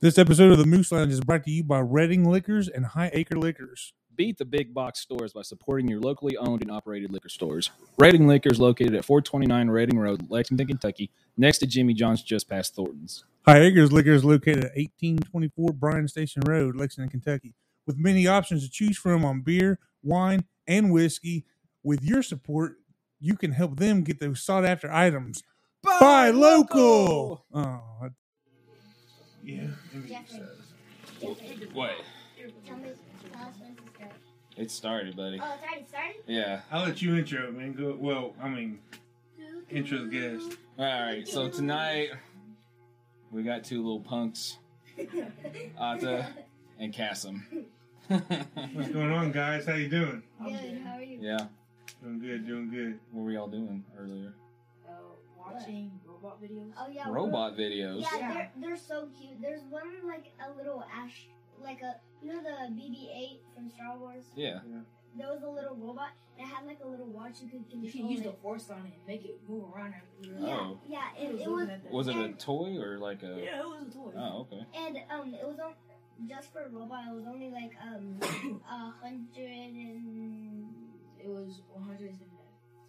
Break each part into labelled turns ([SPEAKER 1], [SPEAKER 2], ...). [SPEAKER 1] This episode of the Moose Lounge is brought to you by Reading Liquors and High Acre Liquors.
[SPEAKER 2] Beat the big box stores by supporting your locally owned and operated liquor stores. Reading Liquors located at 429 Reading Road, Lexington, Kentucky, next to Jimmy John's just past Thornton's.
[SPEAKER 1] High Acres Liquor is located at 1824 Bryan Station Road, Lexington, Kentucky, with many options to choose from on beer, wine, and whiskey. With your support, you can help them get those sought after items. Buy, local. Oh, that- yeah.
[SPEAKER 3] Jeffrey,
[SPEAKER 2] What?
[SPEAKER 3] tell me how Spencer's going.
[SPEAKER 2] It started, buddy.
[SPEAKER 3] Oh, it's already started?
[SPEAKER 2] Yeah.
[SPEAKER 1] I'll let you intro, man. Go. Well, I mean, intro the guest.
[SPEAKER 2] All right. So tonight we got two little punks, Atta and Cassim.
[SPEAKER 1] What's going on, guys? How you doing?
[SPEAKER 3] Good, how are you?
[SPEAKER 2] yeah.
[SPEAKER 1] Doing good. Doing good.
[SPEAKER 2] What were y'all doing earlier?
[SPEAKER 4] uh, watching robot videos.
[SPEAKER 3] Oh, yeah. we're-
[SPEAKER 2] Robot videos.
[SPEAKER 3] Yeah,
[SPEAKER 4] Yeah.
[SPEAKER 3] They're, they're so cute. There's one like a little ash, like a, you know the BB 8 from Star Wars?
[SPEAKER 2] Yeah.
[SPEAKER 3] There was a little robot that had like a little watch you could control.
[SPEAKER 4] You can use the
[SPEAKER 3] it.
[SPEAKER 4] force on it and make it move around. And
[SPEAKER 3] Yeah,
[SPEAKER 2] Oh.
[SPEAKER 3] yeah.
[SPEAKER 4] It
[SPEAKER 3] It,
[SPEAKER 4] was
[SPEAKER 3] it was,
[SPEAKER 4] looking at that.
[SPEAKER 2] Was it a toy or like a?
[SPEAKER 4] yeah, it was a toy.
[SPEAKER 2] Oh, okay.
[SPEAKER 3] and um, it was on, just for robot, it was only like um, a hundred and.
[SPEAKER 4] It was one hundred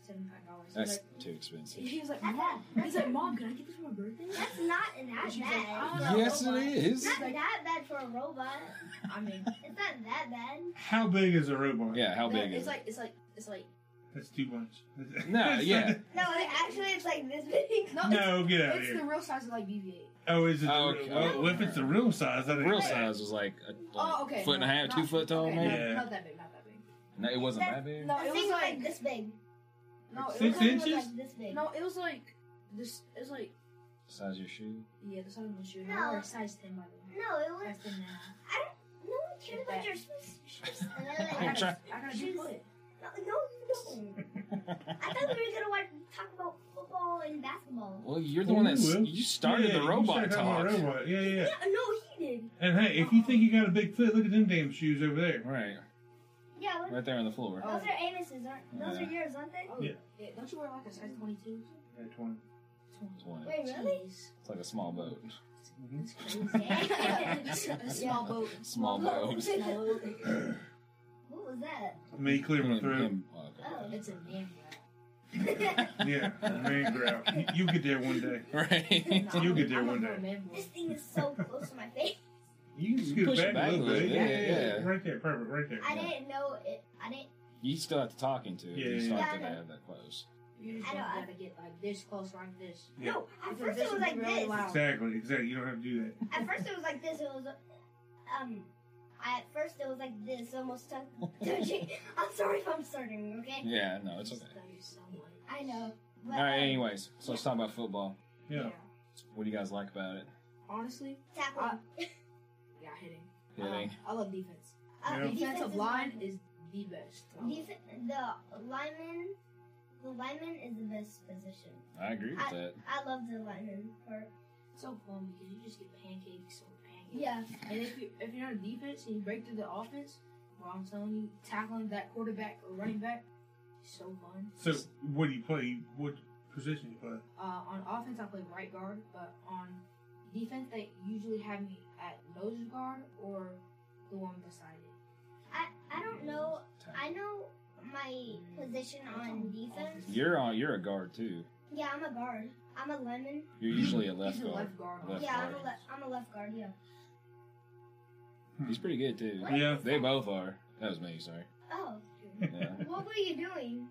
[SPEAKER 4] seventy-nine dollars.
[SPEAKER 2] That's
[SPEAKER 4] like,
[SPEAKER 2] too expensive.
[SPEAKER 4] he was like, Mom. He's like, Mom, can I get this for my birthday?
[SPEAKER 3] That's not an
[SPEAKER 4] And
[SPEAKER 3] ash
[SPEAKER 4] she was like, I
[SPEAKER 3] bad.
[SPEAKER 4] don't know.
[SPEAKER 2] Yes,
[SPEAKER 4] robot.
[SPEAKER 2] it is.
[SPEAKER 3] Not that bad for a robot.
[SPEAKER 4] I mean,
[SPEAKER 3] It's not that bad.
[SPEAKER 5] How big is a robot?
[SPEAKER 2] Yeah. How big
[SPEAKER 4] it's
[SPEAKER 2] is it?
[SPEAKER 4] like it's like it's like
[SPEAKER 5] That's too much.
[SPEAKER 2] No.
[SPEAKER 5] That's
[SPEAKER 2] Yeah.
[SPEAKER 5] not-
[SPEAKER 3] No, it, actually, it's like this big.
[SPEAKER 4] no, it's,
[SPEAKER 5] No, get out of
[SPEAKER 4] it's the
[SPEAKER 5] here.
[SPEAKER 4] real size of like BB-8.
[SPEAKER 5] Oh, is it? the
[SPEAKER 2] Oh,
[SPEAKER 5] real-
[SPEAKER 2] okay.
[SPEAKER 5] well, if it's the real size, that ain't
[SPEAKER 2] Real
[SPEAKER 5] bad.
[SPEAKER 2] size was like a like
[SPEAKER 4] oh, okay.
[SPEAKER 2] foot and a
[SPEAKER 4] no,
[SPEAKER 2] half,
[SPEAKER 4] not-
[SPEAKER 2] two foot tall,
[SPEAKER 4] okay,
[SPEAKER 2] maybe.
[SPEAKER 4] No,
[SPEAKER 5] Yeah.
[SPEAKER 4] not that big, not that big.
[SPEAKER 2] No, it wasn't that big.
[SPEAKER 4] No,
[SPEAKER 3] The
[SPEAKER 4] it
[SPEAKER 3] thing's
[SPEAKER 4] was
[SPEAKER 3] like
[SPEAKER 4] like
[SPEAKER 3] this big.
[SPEAKER 4] no, it
[SPEAKER 5] Six
[SPEAKER 4] was like,
[SPEAKER 3] It was
[SPEAKER 5] inches?
[SPEAKER 3] Like this big.
[SPEAKER 4] No, it was like this. It was like
[SPEAKER 2] Size of your shoe.
[SPEAKER 4] yeah, the size of my shoe.
[SPEAKER 3] No.
[SPEAKER 4] I wore a size ten by the way.
[SPEAKER 3] No, it was.
[SPEAKER 4] Size ten and a half.
[SPEAKER 3] No one cares about your shoes.
[SPEAKER 4] I
[SPEAKER 2] I'm
[SPEAKER 4] gotta,
[SPEAKER 2] trying-
[SPEAKER 4] I gotta do foot.
[SPEAKER 3] No, no, you don't. I thought we were gonna want to talk about football and basketball.
[SPEAKER 2] Well, you're the one that
[SPEAKER 5] Well,
[SPEAKER 2] you started
[SPEAKER 5] Yeah,
[SPEAKER 2] the
[SPEAKER 5] you
[SPEAKER 2] robot
[SPEAKER 5] started talking
[SPEAKER 2] talk.
[SPEAKER 5] about robot. Yeah, yeah.
[SPEAKER 3] Yeah,
[SPEAKER 5] yeah.
[SPEAKER 3] no, he did.
[SPEAKER 5] And hey, if you think you got a big foot, look at them damn shoes over there.
[SPEAKER 2] Right,
[SPEAKER 3] Yeah, what,
[SPEAKER 2] right there on the floor.
[SPEAKER 3] those are Amos's, aren't? Those
[SPEAKER 2] Yeah.
[SPEAKER 3] are yours, aren't they?
[SPEAKER 4] Oh,
[SPEAKER 5] Yeah.
[SPEAKER 4] yeah, Don't you wear like a size 22?
[SPEAKER 5] That one.
[SPEAKER 2] Twenty.
[SPEAKER 3] Wait, really?
[SPEAKER 4] Jeez.
[SPEAKER 2] It's like a small boat.
[SPEAKER 5] Mhm.
[SPEAKER 4] It's
[SPEAKER 5] Mm-hmm.
[SPEAKER 4] crazy. a small boat.
[SPEAKER 2] Small boat.
[SPEAKER 4] Small boat.
[SPEAKER 3] What was that?
[SPEAKER 5] Let me clear my
[SPEAKER 2] Him-
[SPEAKER 5] throat.
[SPEAKER 2] him- oh, okay.
[SPEAKER 3] Oh.
[SPEAKER 4] It's a man.
[SPEAKER 5] Yeah, man, growl. You get there one day.
[SPEAKER 2] Right.
[SPEAKER 4] No,
[SPEAKER 5] You'll get there
[SPEAKER 4] I'm
[SPEAKER 5] one day.
[SPEAKER 4] gonna go man boy.
[SPEAKER 3] this thing is so close to my face.
[SPEAKER 5] You can
[SPEAKER 2] You
[SPEAKER 5] scoot
[SPEAKER 2] push
[SPEAKER 5] back,
[SPEAKER 2] it back
[SPEAKER 5] a little bit. Yeah, yeah,
[SPEAKER 2] yeah.
[SPEAKER 5] Right there, perfect. Right there.
[SPEAKER 3] I
[SPEAKER 2] Yeah.
[SPEAKER 3] didn't know it. I didn't.
[SPEAKER 2] You still have to talk into it.
[SPEAKER 5] Yeah,
[SPEAKER 2] you still
[SPEAKER 3] yeah,
[SPEAKER 2] have to
[SPEAKER 3] yeah.
[SPEAKER 2] have that close.
[SPEAKER 4] You just
[SPEAKER 3] I know, I-
[SPEAKER 4] gotta get like this close like this.
[SPEAKER 5] Yeah.
[SPEAKER 3] No, at
[SPEAKER 4] Because
[SPEAKER 3] first
[SPEAKER 4] this
[SPEAKER 3] it was
[SPEAKER 4] would
[SPEAKER 3] like
[SPEAKER 4] be really
[SPEAKER 3] this.
[SPEAKER 4] loud.
[SPEAKER 5] Exactly, exactly. You don't have to do that.
[SPEAKER 3] At first it was like this. It was um. I, at first it was like this, almost tou- touching. I'm sorry if I'm starting. Okay.
[SPEAKER 2] Yeah, no, it's okay.
[SPEAKER 4] Just love you so much.
[SPEAKER 3] I know. But,
[SPEAKER 2] All right.
[SPEAKER 3] um,
[SPEAKER 2] Anyways, so let's talk about football.
[SPEAKER 5] Yeah.
[SPEAKER 2] What do you guys like about it?
[SPEAKER 4] Honestly,
[SPEAKER 3] Tackle.
[SPEAKER 4] Uh, yeah, hitting.
[SPEAKER 2] Hitting.
[SPEAKER 4] Um, I love defense.
[SPEAKER 3] Uh,
[SPEAKER 5] Yeah.
[SPEAKER 4] Defensive
[SPEAKER 3] is
[SPEAKER 4] line
[SPEAKER 3] one.
[SPEAKER 4] is the best.
[SPEAKER 3] Defe- the lineman. The lineman is the best position.
[SPEAKER 2] I agree with that.
[SPEAKER 3] I love the lineman part.
[SPEAKER 4] It's so fun because you just get pancakes or pancakes.
[SPEAKER 3] Yeah.
[SPEAKER 4] And if you if you're on defense and you break through the offense, well, I'm telling you, tackling that quarterback or running back, is so fun.
[SPEAKER 5] So, what do you play? What position do you play?
[SPEAKER 4] Uh, on offense, I play right guard, but on defense, they usually have me at nose guard or the one beside it.
[SPEAKER 3] I I don't know. I know my position on defense.
[SPEAKER 2] You're on. You're a guard too.
[SPEAKER 3] Yeah, I'm a guard. I'm a lineman.
[SPEAKER 2] You're usually a left
[SPEAKER 4] He's a
[SPEAKER 2] guard.
[SPEAKER 4] left guard.
[SPEAKER 2] Left
[SPEAKER 3] yeah, I'm a
[SPEAKER 2] guard.
[SPEAKER 3] le- I'm a left guard. Yeah.
[SPEAKER 2] He's pretty good too.
[SPEAKER 5] Yeah.
[SPEAKER 2] They both are. That was me. Sorry.
[SPEAKER 3] Oh,
[SPEAKER 2] Yeah.
[SPEAKER 3] what were you doing?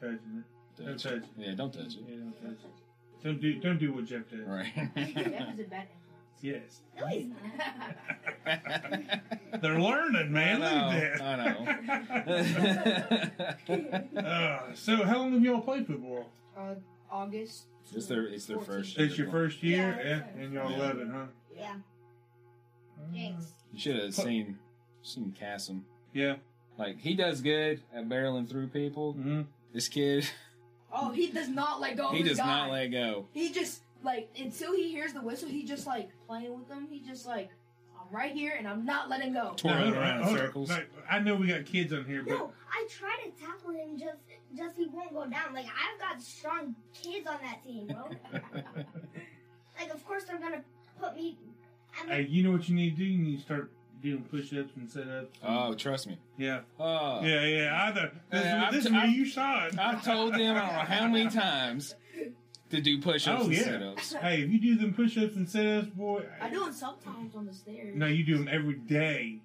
[SPEAKER 5] Touching
[SPEAKER 2] Don't
[SPEAKER 5] touch it.
[SPEAKER 2] Yeah, don't touch
[SPEAKER 5] it.
[SPEAKER 2] it.
[SPEAKER 5] Yeah, don't touch it. Don't do, don't do what Jeff did.
[SPEAKER 4] Jeff
[SPEAKER 2] Right.
[SPEAKER 4] is a bad
[SPEAKER 5] Yes.
[SPEAKER 3] No, he's not.
[SPEAKER 4] influence.
[SPEAKER 5] They're learning, man.
[SPEAKER 2] I know,
[SPEAKER 5] Look at that.
[SPEAKER 2] I know.
[SPEAKER 5] uh, so, how long have y'all played football?
[SPEAKER 4] uh, August.
[SPEAKER 2] It's their- it's their
[SPEAKER 4] 14th.
[SPEAKER 2] first-
[SPEAKER 5] It's your first year,
[SPEAKER 3] Yeah.
[SPEAKER 5] yeah, and y'all
[SPEAKER 2] Yeah.
[SPEAKER 5] eleven, huh?
[SPEAKER 3] Yeah. Jinx.
[SPEAKER 2] you should have seen seen Cassim.
[SPEAKER 5] Yeah.
[SPEAKER 2] Like he does good at barreling through people.
[SPEAKER 5] Mm-hmm.
[SPEAKER 2] This kid,
[SPEAKER 4] Oh, he does not let go. of
[SPEAKER 2] he
[SPEAKER 4] his
[SPEAKER 2] does not
[SPEAKER 4] guy.
[SPEAKER 2] let go.
[SPEAKER 4] He just like until he hears the whistle, he just like playing with them. He just like I'm right here and I'm not letting go.
[SPEAKER 2] Twirling around in circles.
[SPEAKER 5] oh, I know we got kids on here, but
[SPEAKER 3] No, I try to tackle him just just he won't go down. Like I've got strong kids on that team, bro. like of course they're gonna put want me. I
[SPEAKER 5] Hey,
[SPEAKER 3] mean,
[SPEAKER 5] you know what you need to do? You need to start doing push-ups and sit-ups.
[SPEAKER 2] Oh, trust me.
[SPEAKER 5] yeah,
[SPEAKER 2] Oh.
[SPEAKER 5] yeah, yeah. I thought this,
[SPEAKER 2] Hey, I'm
[SPEAKER 5] this is
[SPEAKER 2] t-
[SPEAKER 5] where
[SPEAKER 2] I'm-
[SPEAKER 5] you saw it.
[SPEAKER 2] I've told them I don't know how many times to do push-ups
[SPEAKER 5] Oh,
[SPEAKER 2] and
[SPEAKER 5] yeah.
[SPEAKER 2] sit-ups.
[SPEAKER 5] Hey, if you do them push-ups and sit-ups, boy.
[SPEAKER 4] I do it sometimes on the stairs.
[SPEAKER 5] No, you do them every day.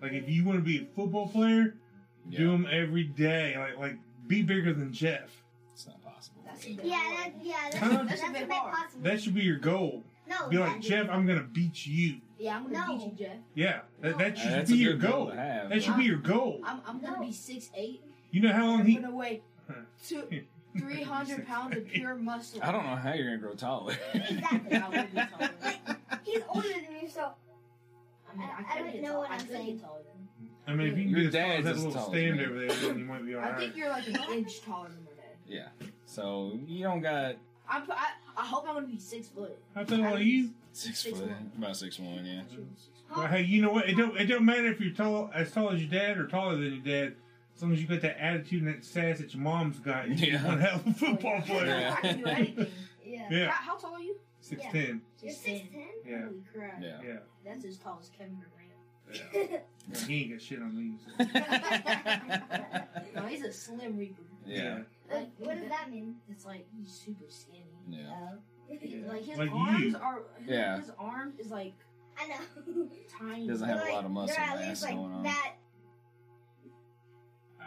[SPEAKER 5] Like if you want to be a football player, do 'em do
[SPEAKER 2] Yeah,
[SPEAKER 5] them every day. Like like be bigger than Jeff.
[SPEAKER 2] it's not possible.
[SPEAKER 4] That's a bit
[SPEAKER 3] yeah,
[SPEAKER 4] hard.
[SPEAKER 3] that, yeah, that's,
[SPEAKER 5] Huh?
[SPEAKER 3] that's,
[SPEAKER 4] That should
[SPEAKER 3] a
[SPEAKER 4] be
[SPEAKER 3] bit
[SPEAKER 4] hard.
[SPEAKER 3] possible.
[SPEAKER 5] That should be your goal.
[SPEAKER 3] no,
[SPEAKER 4] Oh,
[SPEAKER 5] Be
[SPEAKER 3] that-
[SPEAKER 5] like Jeff, I'm gonna beat you.
[SPEAKER 4] Yeah, I'm gonna
[SPEAKER 3] No.
[SPEAKER 4] beat you, Jeff.
[SPEAKER 5] Yeah, that, that
[SPEAKER 2] Uh,
[SPEAKER 5] should
[SPEAKER 2] that's
[SPEAKER 5] be
[SPEAKER 2] a
[SPEAKER 5] your
[SPEAKER 2] good goal
[SPEAKER 5] goal.
[SPEAKER 2] to have,
[SPEAKER 5] that should
[SPEAKER 4] but-
[SPEAKER 5] be your goal.
[SPEAKER 4] I'm, I'm gonna
[SPEAKER 3] No.
[SPEAKER 4] be six eight.
[SPEAKER 5] You know how long
[SPEAKER 4] I'm
[SPEAKER 5] Oh, he?
[SPEAKER 4] gonna weigh two, three hundred pounds of pure muscle.
[SPEAKER 2] I don't know how you're gonna grow taller.
[SPEAKER 3] Exactly.
[SPEAKER 4] I would be taller.
[SPEAKER 3] he's older than you, so
[SPEAKER 4] I mean, I,
[SPEAKER 3] I
[SPEAKER 4] could
[SPEAKER 3] don't
[SPEAKER 4] get
[SPEAKER 3] know
[SPEAKER 4] tall-
[SPEAKER 3] what
[SPEAKER 4] I
[SPEAKER 3] I'm
[SPEAKER 4] could
[SPEAKER 3] saying.
[SPEAKER 4] get taller than him.
[SPEAKER 5] I mean, if you can
[SPEAKER 2] Your
[SPEAKER 5] get as tall
[SPEAKER 2] dad's
[SPEAKER 5] as that
[SPEAKER 2] as
[SPEAKER 5] little
[SPEAKER 2] tall as
[SPEAKER 5] stand
[SPEAKER 2] me.
[SPEAKER 5] over there, then you might be all
[SPEAKER 4] I think
[SPEAKER 5] right.
[SPEAKER 4] you're like an inch taller than my dad.
[SPEAKER 2] yeah. So you don't got
[SPEAKER 4] I'm, pro- I, I hope I'm gonna be six foot.
[SPEAKER 5] How tall are you?
[SPEAKER 2] six,
[SPEAKER 4] Six
[SPEAKER 2] foot,
[SPEAKER 4] one.
[SPEAKER 2] about six one. Yeah.
[SPEAKER 5] Well, hey, you know what? It don't it don't matter if you're tall as tall as your dad or taller than your dad. As long as you got that attitude and that sass that your mom's got, you're
[SPEAKER 2] Yeah.
[SPEAKER 5] one hell of a
[SPEAKER 4] Oh,
[SPEAKER 5] football player.
[SPEAKER 2] Yeah.
[SPEAKER 4] I can do anything.
[SPEAKER 3] yeah.
[SPEAKER 5] Yeah,
[SPEAKER 4] How, how tall are you?
[SPEAKER 5] six ten.
[SPEAKER 3] You're six ten.
[SPEAKER 5] Yeah,
[SPEAKER 4] Holy crap.
[SPEAKER 2] Yeah.
[SPEAKER 5] yeah.
[SPEAKER 4] That's as tall as Kevin Durant.
[SPEAKER 5] yeah. He ain't got shit on me. so.
[SPEAKER 4] No, he's a slim reaper.
[SPEAKER 2] yeah.
[SPEAKER 3] Like, what does that mean?
[SPEAKER 4] It's like he's super skinny.
[SPEAKER 2] Yeah.
[SPEAKER 3] Oh.
[SPEAKER 5] Yeah.
[SPEAKER 4] Like his
[SPEAKER 5] Like
[SPEAKER 4] arms
[SPEAKER 5] you.
[SPEAKER 4] are.
[SPEAKER 2] Yeah.
[SPEAKER 4] His arm is like
[SPEAKER 3] I know.
[SPEAKER 4] tiny.
[SPEAKER 2] Doesn't have a lot of muscle
[SPEAKER 3] they're at
[SPEAKER 2] mass
[SPEAKER 3] least like
[SPEAKER 2] going on.
[SPEAKER 3] that.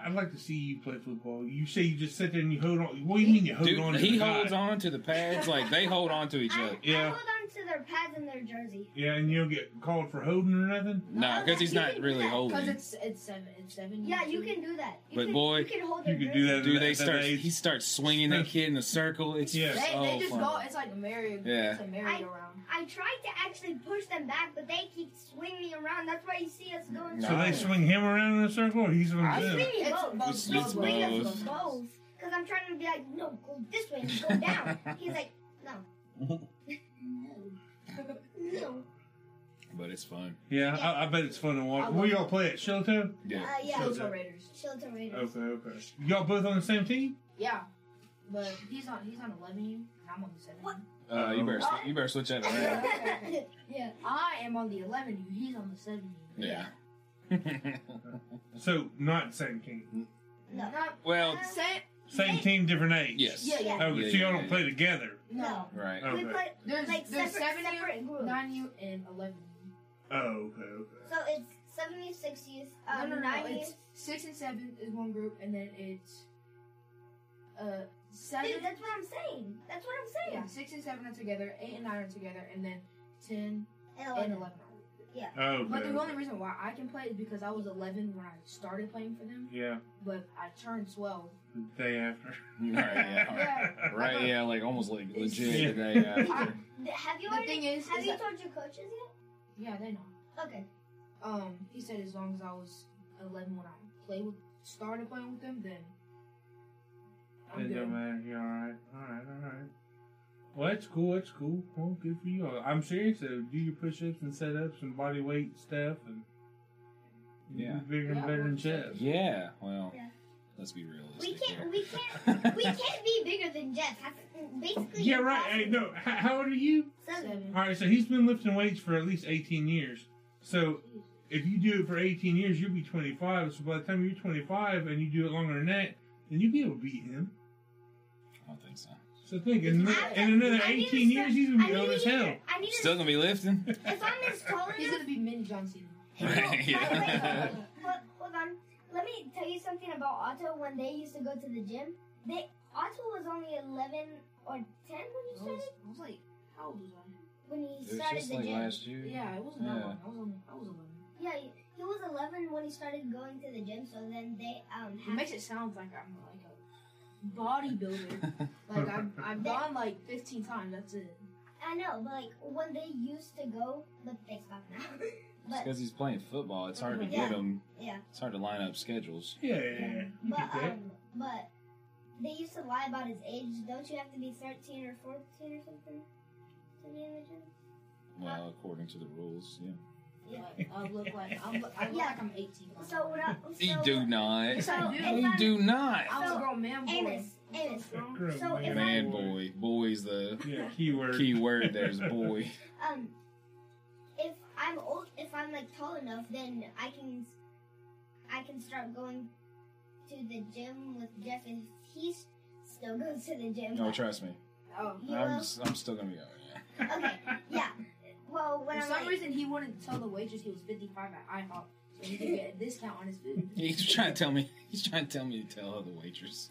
[SPEAKER 5] I'd like to see you play football. You say you just sit there and you hold on. What do you mean you hold
[SPEAKER 2] Dude,
[SPEAKER 5] on? To
[SPEAKER 2] he
[SPEAKER 5] the guy?
[SPEAKER 2] holds on to the pads like they hold on to each
[SPEAKER 3] I,
[SPEAKER 2] other.
[SPEAKER 3] I
[SPEAKER 5] Yeah.
[SPEAKER 3] hold on to their pads and their jersey.
[SPEAKER 5] Yeah, and you don't get called for holding or nothing.
[SPEAKER 2] Nah, because he's not really
[SPEAKER 4] Because
[SPEAKER 2] holding.
[SPEAKER 4] it's it's seven it's seven.
[SPEAKER 3] Yeah, you
[SPEAKER 4] two.
[SPEAKER 3] can do that. You
[SPEAKER 2] But
[SPEAKER 3] can,
[SPEAKER 2] boy,
[SPEAKER 3] you can hold
[SPEAKER 5] You
[SPEAKER 3] their
[SPEAKER 5] could
[SPEAKER 3] jersey.
[SPEAKER 5] do that.
[SPEAKER 2] Dude,
[SPEAKER 5] at
[SPEAKER 2] they
[SPEAKER 5] that
[SPEAKER 2] start.
[SPEAKER 5] age.
[SPEAKER 2] He starts swinging that kid in a circle. It's
[SPEAKER 5] Yeah.
[SPEAKER 4] They,
[SPEAKER 2] so
[SPEAKER 4] they just
[SPEAKER 2] fun.
[SPEAKER 4] go. It's like a merry.
[SPEAKER 2] Oh, Yeah.
[SPEAKER 4] It's a merry-go-round.
[SPEAKER 3] I tried to actually push them back, but they keep swinging me around. That's why you see us going.
[SPEAKER 5] So they
[SPEAKER 2] Nice.
[SPEAKER 5] swing him around in a circle, or he swings
[SPEAKER 3] I
[SPEAKER 5] them.
[SPEAKER 3] swing me
[SPEAKER 4] It's
[SPEAKER 3] both.
[SPEAKER 4] both.
[SPEAKER 2] It's-
[SPEAKER 3] They
[SPEAKER 2] it's
[SPEAKER 3] swing us
[SPEAKER 2] both.
[SPEAKER 3] both. Because I'm trying to be like, no, go this way, go down. He's like, no. no.
[SPEAKER 2] But it's fun.
[SPEAKER 5] Yeah, I, I bet it's fun to
[SPEAKER 4] I
[SPEAKER 5] watch.
[SPEAKER 4] love
[SPEAKER 5] Where
[SPEAKER 4] it.
[SPEAKER 5] y'all play at Shelto?
[SPEAKER 3] Uh,
[SPEAKER 2] Yeah.
[SPEAKER 3] yeah.
[SPEAKER 4] Those are Raiders.
[SPEAKER 3] Shelter Raiders.
[SPEAKER 5] Okay, okay. Y'all both on the same team?
[SPEAKER 4] Yeah. But he's on he's on eleven and I'm on the seven.
[SPEAKER 3] What?
[SPEAKER 2] Uh, you better you better switch that around.
[SPEAKER 4] okay.
[SPEAKER 3] yeah.
[SPEAKER 4] I am on the eleven you, he's on the seven you.
[SPEAKER 2] Yeah.
[SPEAKER 5] So not same team.
[SPEAKER 3] No.
[SPEAKER 4] Not
[SPEAKER 2] well,
[SPEAKER 4] same
[SPEAKER 5] Same team, different age.
[SPEAKER 2] yes.
[SPEAKER 4] Yeah, yeah.
[SPEAKER 5] Okay,
[SPEAKER 2] Yeah,
[SPEAKER 5] so y'all
[SPEAKER 2] yeah,
[SPEAKER 5] don't
[SPEAKER 2] yeah.
[SPEAKER 5] play together.
[SPEAKER 4] No.
[SPEAKER 2] Right.
[SPEAKER 5] Okay.
[SPEAKER 3] We play
[SPEAKER 4] There's
[SPEAKER 3] like
[SPEAKER 4] there's
[SPEAKER 3] separate,
[SPEAKER 4] seven you,
[SPEAKER 3] separate groups.
[SPEAKER 4] nine you and eleven you.
[SPEAKER 5] Oh, okay, okay.
[SPEAKER 3] So it's 70s, 60s,
[SPEAKER 4] No,
[SPEAKER 3] um,
[SPEAKER 4] no, no, no.
[SPEAKER 3] 90s.
[SPEAKER 4] It's six and seven is one group, and then it's uh seven.
[SPEAKER 3] Dude, that's what I'm saying. That's what I'm
[SPEAKER 4] yeah,
[SPEAKER 3] saying.
[SPEAKER 4] six and seven are together. Eight and nine are together, and then ten
[SPEAKER 3] And
[SPEAKER 4] and
[SPEAKER 3] 11.
[SPEAKER 4] eleven are.
[SPEAKER 5] Oh,
[SPEAKER 4] But the
[SPEAKER 5] okay.
[SPEAKER 4] only reason why I can play is because I was eleven when I started playing for them,
[SPEAKER 5] Yeah,
[SPEAKER 4] but I turned twelve.
[SPEAKER 5] the day after.
[SPEAKER 2] Right. Yeah.
[SPEAKER 4] Yeah.
[SPEAKER 2] Right. Yeah. Like almost like
[SPEAKER 5] Yeah.
[SPEAKER 2] legit today. After.
[SPEAKER 3] Th- Have you
[SPEAKER 4] The
[SPEAKER 3] already,
[SPEAKER 4] thing is,
[SPEAKER 3] have
[SPEAKER 4] is
[SPEAKER 3] you
[SPEAKER 4] that-
[SPEAKER 3] told your coaches yet?
[SPEAKER 4] Yeah, they know.
[SPEAKER 3] Okay.
[SPEAKER 4] Um, he said as long as I was eleven when I played with started playing with them, then I'm
[SPEAKER 5] It
[SPEAKER 4] good.
[SPEAKER 5] don't matter. You're all right. All right, all right. Well, that's cool. That's cool. Well, good for you. I'm serious though. Do your push-ups and set-ups and body weight stuff, and you'll
[SPEAKER 2] Yeah.
[SPEAKER 5] be bigger and
[SPEAKER 4] Yeah,
[SPEAKER 5] better than
[SPEAKER 4] well,
[SPEAKER 5] Jeff.
[SPEAKER 2] Yeah. Well,
[SPEAKER 3] Yeah.
[SPEAKER 2] let's be realistic.
[SPEAKER 3] We
[SPEAKER 2] here.
[SPEAKER 3] can't, we can't, we can't be bigger than Jeff. That's basically.
[SPEAKER 5] Yeah, right. Hey,
[SPEAKER 3] impossible.
[SPEAKER 5] no. H- how old are you?
[SPEAKER 3] Seven.
[SPEAKER 5] All right. So he's been lifting weights for at least 18 years. So if you do it for 18 years, you'll be 25. So by the time you're 25 and you do it longer than that, then you'll be able to beat him.
[SPEAKER 2] I don't think so.
[SPEAKER 5] So think in,
[SPEAKER 3] I-
[SPEAKER 5] in another
[SPEAKER 3] I need to
[SPEAKER 5] 18 years,
[SPEAKER 3] start-
[SPEAKER 5] he's gonna be
[SPEAKER 3] I
[SPEAKER 5] old
[SPEAKER 3] need
[SPEAKER 5] as
[SPEAKER 3] to-
[SPEAKER 5] hell.
[SPEAKER 3] I need to.
[SPEAKER 2] Still gonna be lifting.
[SPEAKER 3] if I'm as tall as
[SPEAKER 4] He's gonna be mini John Cena.
[SPEAKER 2] Right, yeah.
[SPEAKER 3] Hold, hold on. Let me tell you something about Otto when they used to go to the gym. They Otto was only 11 or 10 when he
[SPEAKER 4] I was,
[SPEAKER 3] started.
[SPEAKER 4] I was like, how old was I?
[SPEAKER 3] When he
[SPEAKER 2] It was
[SPEAKER 3] started
[SPEAKER 2] just
[SPEAKER 3] the
[SPEAKER 2] like
[SPEAKER 3] gym.
[SPEAKER 2] last year.
[SPEAKER 4] Yeah, it wasn't that
[SPEAKER 2] Yeah.
[SPEAKER 4] long. I was only, I was eleven.
[SPEAKER 3] Yeah, he, he was 11 when he started going to the gym. So then they um.
[SPEAKER 4] It makes it sound like I'm like a bodybuilder. like I've, I've gone like fifteen times. That's it.
[SPEAKER 3] I know, but like when they used to go, but they stopped now. but
[SPEAKER 2] Because he's playing football, it's hard to
[SPEAKER 3] Yeah.
[SPEAKER 2] get him.
[SPEAKER 3] yeah,
[SPEAKER 2] It's hard to line up schedules.
[SPEAKER 5] Yeah, yeah, yeah. You
[SPEAKER 3] but
[SPEAKER 5] get that.
[SPEAKER 3] um, but they used to lie about his age. Don't you have to be 13 or 14 or something to be in the gym?
[SPEAKER 2] Well, according to the rules, yeah.
[SPEAKER 4] Like, I look like I'm, I look
[SPEAKER 3] Yeah.
[SPEAKER 4] like I'm eighteen.
[SPEAKER 3] So what I, so
[SPEAKER 2] You do not.
[SPEAKER 4] Yes, I do.
[SPEAKER 2] You do not.
[SPEAKER 4] I was
[SPEAKER 3] So,
[SPEAKER 4] a grown man boy.
[SPEAKER 3] Amos,
[SPEAKER 4] I'm so
[SPEAKER 3] Amos.
[SPEAKER 4] strong.
[SPEAKER 5] Grown
[SPEAKER 3] So if I-
[SPEAKER 2] Man, boy, boy's the
[SPEAKER 5] Yeah, keyword.
[SPEAKER 2] key word. There's boy.
[SPEAKER 3] Um, I'm old, if I'm like tall enough, then I can, I can start going to the gym with Jeff if he s- still goes to the gym.
[SPEAKER 2] No, trust me.
[SPEAKER 4] Oh,
[SPEAKER 3] You
[SPEAKER 2] I'm,
[SPEAKER 3] will?
[SPEAKER 2] s- I'm still gonna be going. Yeah.
[SPEAKER 3] Okay, yeah. Well, when
[SPEAKER 4] for
[SPEAKER 3] I'm
[SPEAKER 4] some
[SPEAKER 3] like,
[SPEAKER 4] reason he wanted to tell the waitress he was 55 at IHOP, so he could get a discount on his food.
[SPEAKER 2] He's trying to tell me. He's trying to tell me to tell the waitress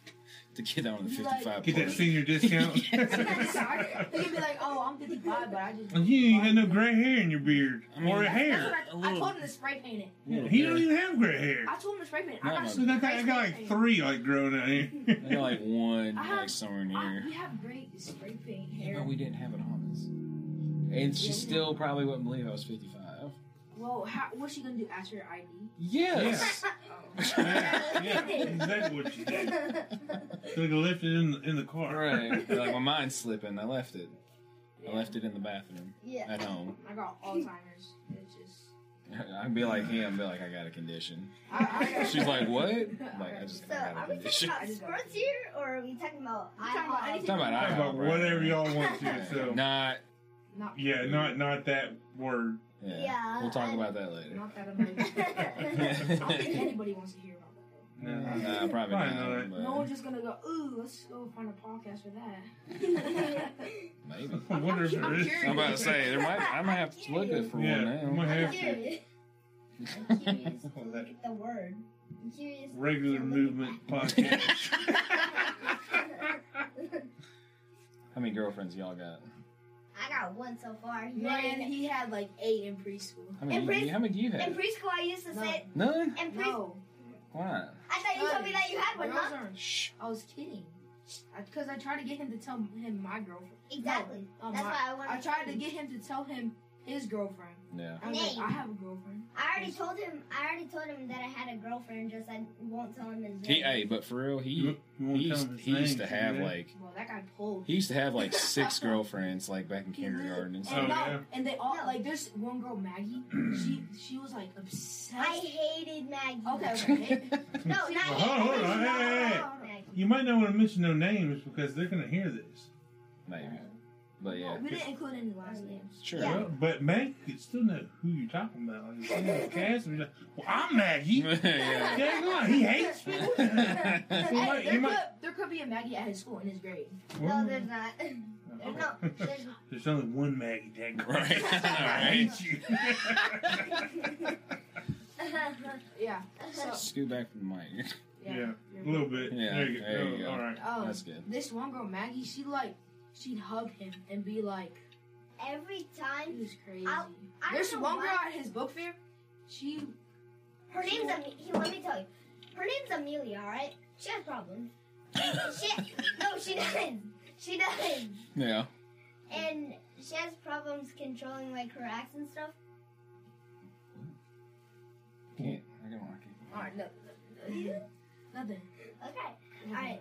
[SPEAKER 2] to get on the
[SPEAKER 4] Like-
[SPEAKER 2] 55
[SPEAKER 5] Get that
[SPEAKER 2] party.
[SPEAKER 5] senior discount.
[SPEAKER 4] Sorry. He could be like, "Oh, I'm 55, but I just."
[SPEAKER 5] and you ain't had no gray hair in your beard
[SPEAKER 2] I mean-
[SPEAKER 5] or
[SPEAKER 4] That's- that's
[SPEAKER 5] hair.
[SPEAKER 4] what I,
[SPEAKER 2] A
[SPEAKER 4] I
[SPEAKER 2] little-
[SPEAKER 4] told him to spray paint it.
[SPEAKER 2] Little
[SPEAKER 5] He don't
[SPEAKER 2] bit.
[SPEAKER 5] even have gray hair.
[SPEAKER 4] I told him to spray paint it.
[SPEAKER 2] No,
[SPEAKER 4] I got
[SPEAKER 2] no.
[SPEAKER 4] some
[SPEAKER 5] Look, I got,
[SPEAKER 4] great
[SPEAKER 5] I got
[SPEAKER 4] spray
[SPEAKER 5] like
[SPEAKER 4] paint.
[SPEAKER 5] three like growing out
[SPEAKER 2] I got
[SPEAKER 5] here.
[SPEAKER 2] like one
[SPEAKER 4] I have-
[SPEAKER 2] like somewhere near.
[SPEAKER 4] I, Ah, we have great spray paint hair.
[SPEAKER 2] No, we didn't have it on us. And she
[SPEAKER 4] Yeah.
[SPEAKER 2] still probably wouldn't believe I was 55.
[SPEAKER 4] Well, how, what's she gonna do? Ask for your ID?
[SPEAKER 2] Yes.
[SPEAKER 4] Oh.
[SPEAKER 5] yeah, yeah, exactly what you did. Took a lift in the, in the car.
[SPEAKER 2] right. Like my mind's slipping. I left it. I left it in the bathroom
[SPEAKER 3] yeah.
[SPEAKER 2] at home.
[SPEAKER 4] I got Alzheimer's. It's just.
[SPEAKER 2] I'd be like him. Be like, I got a condition.
[SPEAKER 4] I, I got
[SPEAKER 2] She's like, what? I'm like, I just
[SPEAKER 3] So,
[SPEAKER 2] I got a
[SPEAKER 3] are we talking
[SPEAKER 2] condition.
[SPEAKER 3] about sports here, or are we talking about?
[SPEAKER 4] We're talking about
[SPEAKER 3] IHOP?
[SPEAKER 4] anything.
[SPEAKER 2] Talking about
[SPEAKER 5] Talk about
[SPEAKER 2] IHOP, right?
[SPEAKER 5] whatever y'all want to. So
[SPEAKER 2] Not.
[SPEAKER 4] not,
[SPEAKER 5] yeah, not not that word.
[SPEAKER 2] Yeah.
[SPEAKER 3] Yeah,
[SPEAKER 2] We'll talk
[SPEAKER 3] I-
[SPEAKER 2] about that later.
[SPEAKER 4] not that amazing. I don't think anybody wants to hear about that.
[SPEAKER 5] No.
[SPEAKER 4] though.
[SPEAKER 2] Nah, probably
[SPEAKER 5] Probably
[SPEAKER 2] not.
[SPEAKER 5] not.
[SPEAKER 2] but
[SPEAKER 4] No one's just gonna go, ooh, let's go find a podcast for that.
[SPEAKER 3] Yeah.
[SPEAKER 2] Maybe.
[SPEAKER 5] I wonder if
[SPEAKER 4] I'm
[SPEAKER 5] there is.
[SPEAKER 4] curious.
[SPEAKER 2] I'm about to say there might. I might have to look it for
[SPEAKER 5] Yeah,
[SPEAKER 2] one now.
[SPEAKER 5] might have to.
[SPEAKER 3] curious. I'm curious to look at the word. I'm curious.
[SPEAKER 5] Regular
[SPEAKER 3] to look
[SPEAKER 5] movement podcast.
[SPEAKER 3] at-
[SPEAKER 2] How many girlfriends y'all got?
[SPEAKER 3] I got one so far. You
[SPEAKER 4] Man,
[SPEAKER 3] already know.
[SPEAKER 4] he had like eight in preschool.
[SPEAKER 2] How many?
[SPEAKER 3] Embrace-
[SPEAKER 2] how many do you
[SPEAKER 3] In
[SPEAKER 2] have?
[SPEAKER 3] preschool, I used to
[SPEAKER 4] No.
[SPEAKER 3] say.
[SPEAKER 2] None.
[SPEAKER 3] In pre-
[SPEAKER 4] No,
[SPEAKER 2] Why? not?
[SPEAKER 3] I thought you told me that you had one.
[SPEAKER 4] Girls
[SPEAKER 3] Huh?
[SPEAKER 4] aren't-
[SPEAKER 2] Shh.
[SPEAKER 4] I was kidding, because I, tried to get him to tell him my girlfriend.
[SPEAKER 3] Exactly.
[SPEAKER 4] No, um,
[SPEAKER 3] That's
[SPEAKER 4] I,
[SPEAKER 3] why I wanted.
[SPEAKER 4] I tried to get him to tell him his girlfriend.
[SPEAKER 2] Yeah.
[SPEAKER 4] I was like,
[SPEAKER 3] Name.
[SPEAKER 4] I have a girlfriend.
[SPEAKER 3] I already told him. I already told him that I had a girlfriend. Just I won't tell him his name.
[SPEAKER 2] He, hey, but for real, he
[SPEAKER 5] You- you won't
[SPEAKER 2] he
[SPEAKER 5] tell
[SPEAKER 2] used,
[SPEAKER 5] him his
[SPEAKER 2] he used to
[SPEAKER 5] name,
[SPEAKER 2] have
[SPEAKER 5] yeah.
[SPEAKER 2] like
[SPEAKER 4] Well, that guy pulled.
[SPEAKER 2] he used to have like six girlfriends like back in
[SPEAKER 4] He lived-
[SPEAKER 2] kindergarten and
[SPEAKER 5] Oh,
[SPEAKER 4] And
[SPEAKER 2] stuff.
[SPEAKER 4] no,
[SPEAKER 5] yeah.
[SPEAKER 4] and they all
[SPEAKER 3] No.
[SPEAKER 4] like. There's one girl, Maggie. She she was like obsessed.
[SPEAKER 3] I hated Maggie.
[SPEAKER 4] okay, okay.
[SPEAKER 3] No, not
[SPEAKER 5] Well,
[SPEAKER 3] yet.
[SPEAKER 5] hold on,
[SPEAKER 3] Maggie.
[SPEAKER 5] hey, hey,
[SPEAKER 3] Maggie.
[SPEAKER 5] You might not want to mention no names because they're gonna hear this.
[SPEAKER 2] Maybe, but
[SPEAKER 4] Well,
[SPEAKER 2] yeah,
[SPEAKER 4] we didn't include any last names.
[SPEAKER 2] sure.
[SPEAKER 3] Yeah.
[SPEAKER 5] Well, but Maggie could still know who you're talking about. Like, you know, Cass, and you're like, well, I'm Maggie.
[SPEAKER 2] Yeah.
[SPEAKER 5] Dang on, he hates me.
[SPEAKER 4] Hey,
[SPEAKER 5] You might-
[SPEAKER 4] there,
[SPEAKER 5] you
[SPEAKER 4] could,
[SPEAKER 5] might-
[SPEAKER 4] there could be a Maggie at his school in his grade.
[SPEAKER 3] No, there's not. No, there's not.
[SPEAKER 5] There's only one Maggie dang it.
[SPEAKER 2] Right.
[SPEAKER 5] I hate you.
[SPEAKER 4] Yeah. So,
[SPEAKER 2] Scoot back from the mic.
[SPEAKER 4] yeah.
[SPEAKER 5] Yeah,
[SPEAKER 4] You're
[SPEAKER 5] a little bit.
[SPEAKER 2] Yeah,
[SPEAKER 5] there you go.
[SPEAKER 2] there you go.
[SPEAKER 5] All right.
[SPEAKER 3] Oh.
[SPEAKER 4] Um,
[SPEAKER 2] That's good.
[SPEAKER 4] This one girl, Maggie, she like she'd hug him and be like,
[SPEAKER 3] Every
[SPEAKER 4] he
[SPEAKER 3] time
[SPEAKER 4] was crazy.
[SPEAKER 3] I- I don't
[SPEAKER 4] There's
[SPEAKER 3] know
[SPEAKER 4] one girl
[SPEAKER 3] why-
[SPEAKER 4] at his book fair. She
[SPEAKER 3] her name's Amelia. Let me tell you, her name's Amelia. All right, she has problems. she no, she does. She does,
[SPEAKER 2] Yeah.
[SPEAKER 3] and she has problems controlling like her acts and stuff.
[SPEAKER 2] Can't. I don't like
[SPEAKER 4] all right, no, no, nothing.
[SPEAKER 3] Okay, Alright.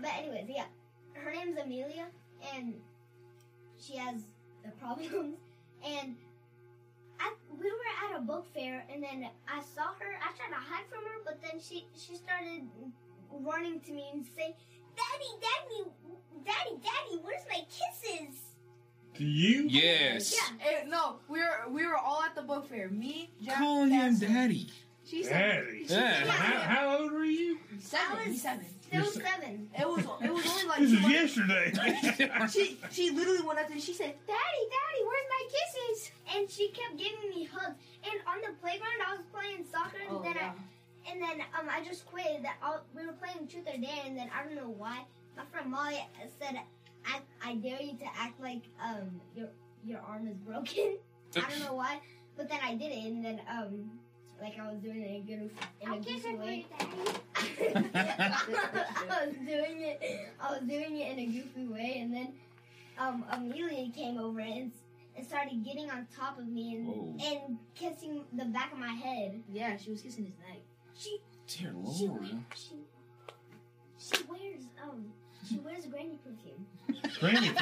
[SPEAKER 3] but anyways, yeah, her name's Amelia, and she has the problems. And I, we were at a book fair, and then I saw her. I tried to hide from her, but then she she started running to me and saying, "Daddy, daddy, daddy, daddy, where's my kisses?"
[SPEAKER 5] To you?
[SPEAKER 2] it. Yes.
[SPEAKER 3] Yeah.
[SPEAKER 4] Eh, no, we were we were all at the book fair. Me, Jack,
[SPEAKER 2] Call him
[SPEAKER 4] Jackson.
[SPEAKER 2] daddy.
[SPEAKER 4] She said,
[SPEAKER 5] Daddy.
[SPEAKER 4] she said
[SPEAKER 2] Yeah.
[SPEAKER 5] How,
[SPEAKER 4] yeah.
[SPEAKER 5] how old were you?
[SPEAKER 4] seven.
[SPEAKER 3] I
[SPEAKER 4] he's
[SPEAKER 3] was
[SPEAKER 4] seven.
[SPEAKER 3] Still
[SPEAKER 5] You're so-
[SPEAKER 3] seven.
[SPEAKER 4] It was it was only like
[SPEAKER 5] This
[SPEAKER 4] two
[SPEAKER 5] is
[SPEAKER 4] hundred-
[SPEAKER 5] yesterday.
[SPEAKER 4] She she literally went up to me. She said,
[SPEAKER 3] Daddy, Daddy, where's my kisses? And she kept giving me hugs. And on the playground, I was playing soccer, and
[SPEAKER 4] "Oh
[SPEAKER 3] then
[SPEAKER 4] yeah,
[SPEAKER 3] I and then um I just quit. That all, we were playing truth or dare, and then I don't know why my friend Molly said, "I I dare you to act like um your your arm is broken." I don't know why, but then I did it, and then um like I was doing it in a good in a goofy way. I was doing it. I was doing it in a goofy way, and then um, Amelia came over and, s- and started getting on top of me and,
[SPEAKER 2] Whoa.
[SPEAKER 3] and kissing the back of my head.
[SPEAKER 4] yeah." She was kissing his neck.
[SPEAKER 3] She
[SPEAKER 2] Dear
[SPEAKER 3] she,
[SPEAKER 2] Lord.
[SPEAKER 3] we- she she wears um she wears granny perfume.
[SPEAKER 5] Granny
[SPEAKER 3] it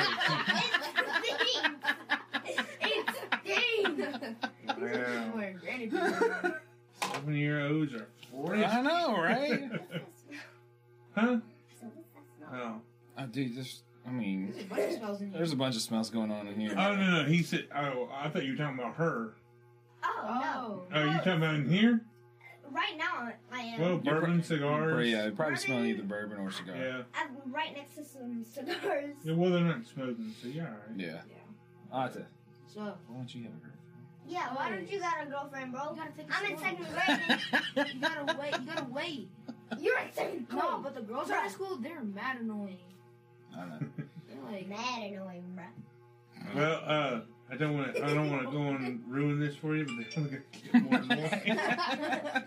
[SPEAKER 3] stinks. It stinks.
[SPEAKER 4] I'm
[SPEAKER 5] Wow.
[SPEAKER 4] wearing granny panties.
[SPEAKER 5] Seven year olds are
[SPEAKER 2] I
[SPEAKER 5] fresh.
[SPEAKER 2] know, right?
[SPEAKER 3] What's that smell?
[SPEAKER 5] huh?
[SPEAKER 3] So what's that smell?
[SPEAKER 5] Oh.
[SPEAKER 2] I Uh, dude, there's. I mean,
[SPEAKER 4] There's a bunch of smells in here.
[SPEAKER 2] there's a bunch of smells going on in here.
[SPEAKER 5] Oh, no, no. He said, oh, I thought you were talking about her.
[SPEAKER 3] Oh, no.
[SPEAKER 4] Oh.
[SPEAKER 5] Oh, you talking about in here?
[SPEAKER 3] Right now I am.
[SPEAKER 5] Well,
[SPEAKER 2] You're
[SPEAKER 5] bourbon,
[SPEAKER 2] pro-
[SPEAKER 5] cigars.
[SPEAKER 2] Yeah, it probably smelling either bourbon or cigar. Yeah.
[SPEAKER 5] Yeah.
[SPEAKER 3] I'm right next to some cigars.
[SPEAKER 5] Yeah, Well, they're not smoking, so yeah, all right.
[SPEAKER 4] Yeah.
[SPEAKER 2] Ata,
[SPEAKER 4] So,
[SPEAKER 2] why don't you have a girl?
[SPEAKER 3] Yeah, why don't you got a girlfriend,
[SPEAKER 4] you
[SPEAKER 3] bro?
[SPEAKER 4] gotta fix
[SPEAKER 3] I'm in
[SPEAKER 4] the
[SPEAKER 3] second
[SPEAKER 4] girls.
[SPEAKER 3] grade.
[SPEAKER 4] You gotta wait. You gotta wait.
[SPEAKER 3] and You're in second grade.
[SPEAKER 4] No, but the girls are in
[SPEAKER 3] Bruh.
[SPEAKER 4] school, they're mad annoying.
[SPEAKER 2] I know.
[SPEAKER 4] They're like,
[SPEAKER 3] mad annoying, bro.
[SPEAKER 5] Well, uh, I don't want to. I don't want to go and ruin this for you, but they're gonna get more annoying.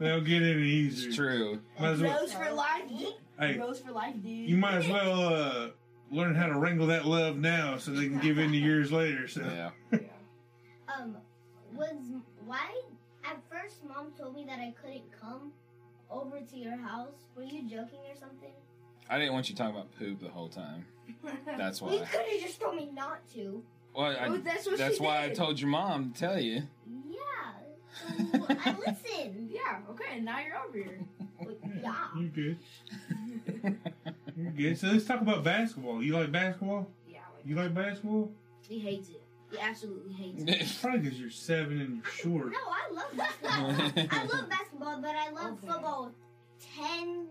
[SPEAKER 5] They'll get any easier.
[SPEAKER 2] it's true.
[SPEAKER 5] Might as well,
[SPEAKER 4] Rose for life, dude.
[SPEAKER 5] hey,
[SPEAKER 4] Rose for life, dude.
[SPEAKER 5] you might as well uh, learn how to wrangle that love now, so they can give in to yours later. So
[SPEAKER 2] Yeah.
[SPEAKER 4] Yeah.
[SPEAKER 3] Um, was why at first mom told me that I couldn't come over to your house? Were you joking or something?
[SPEAKER 2] I didn't want you talking about poop the whole time. That's
[SPEAKER 3] You
[SPEAKER 2] why.
[SPEAKER 3] could have just told me not to.
[SPEAKER 2] Well, I,
[SPEAKER 4] Oh, that's what
[SPEAKER 2] that's
[SPEAKER 4] she
[SPEAKER 2] why
[SPEAKER 4] did.
[SPEAKER 2] I told your mom to tell you.
[SPEAKER 3] Yeah. So I listened.
[SPEAKER 4] Yeah, okay, and now you're over here.
[SPEAKER 3] Like, yeah.
[SPEAKER 5] you're good. You're good. So let's talk about basketball. You like basketball?
[SPEAKER 4] Yeah, like,
[SPEAKER 5] You like basketball?
[SPEAKER 4] he hates it. He absolutely hates it.
[SPEAKER 2] yeah,
[SPEAKER 5] Probably because you're seven and you're short.
[SPEAKER 3] No, I love basketball. I love basketball, but I love
[SPEAKER 4] Okay.
[SPEAKER 3] football ten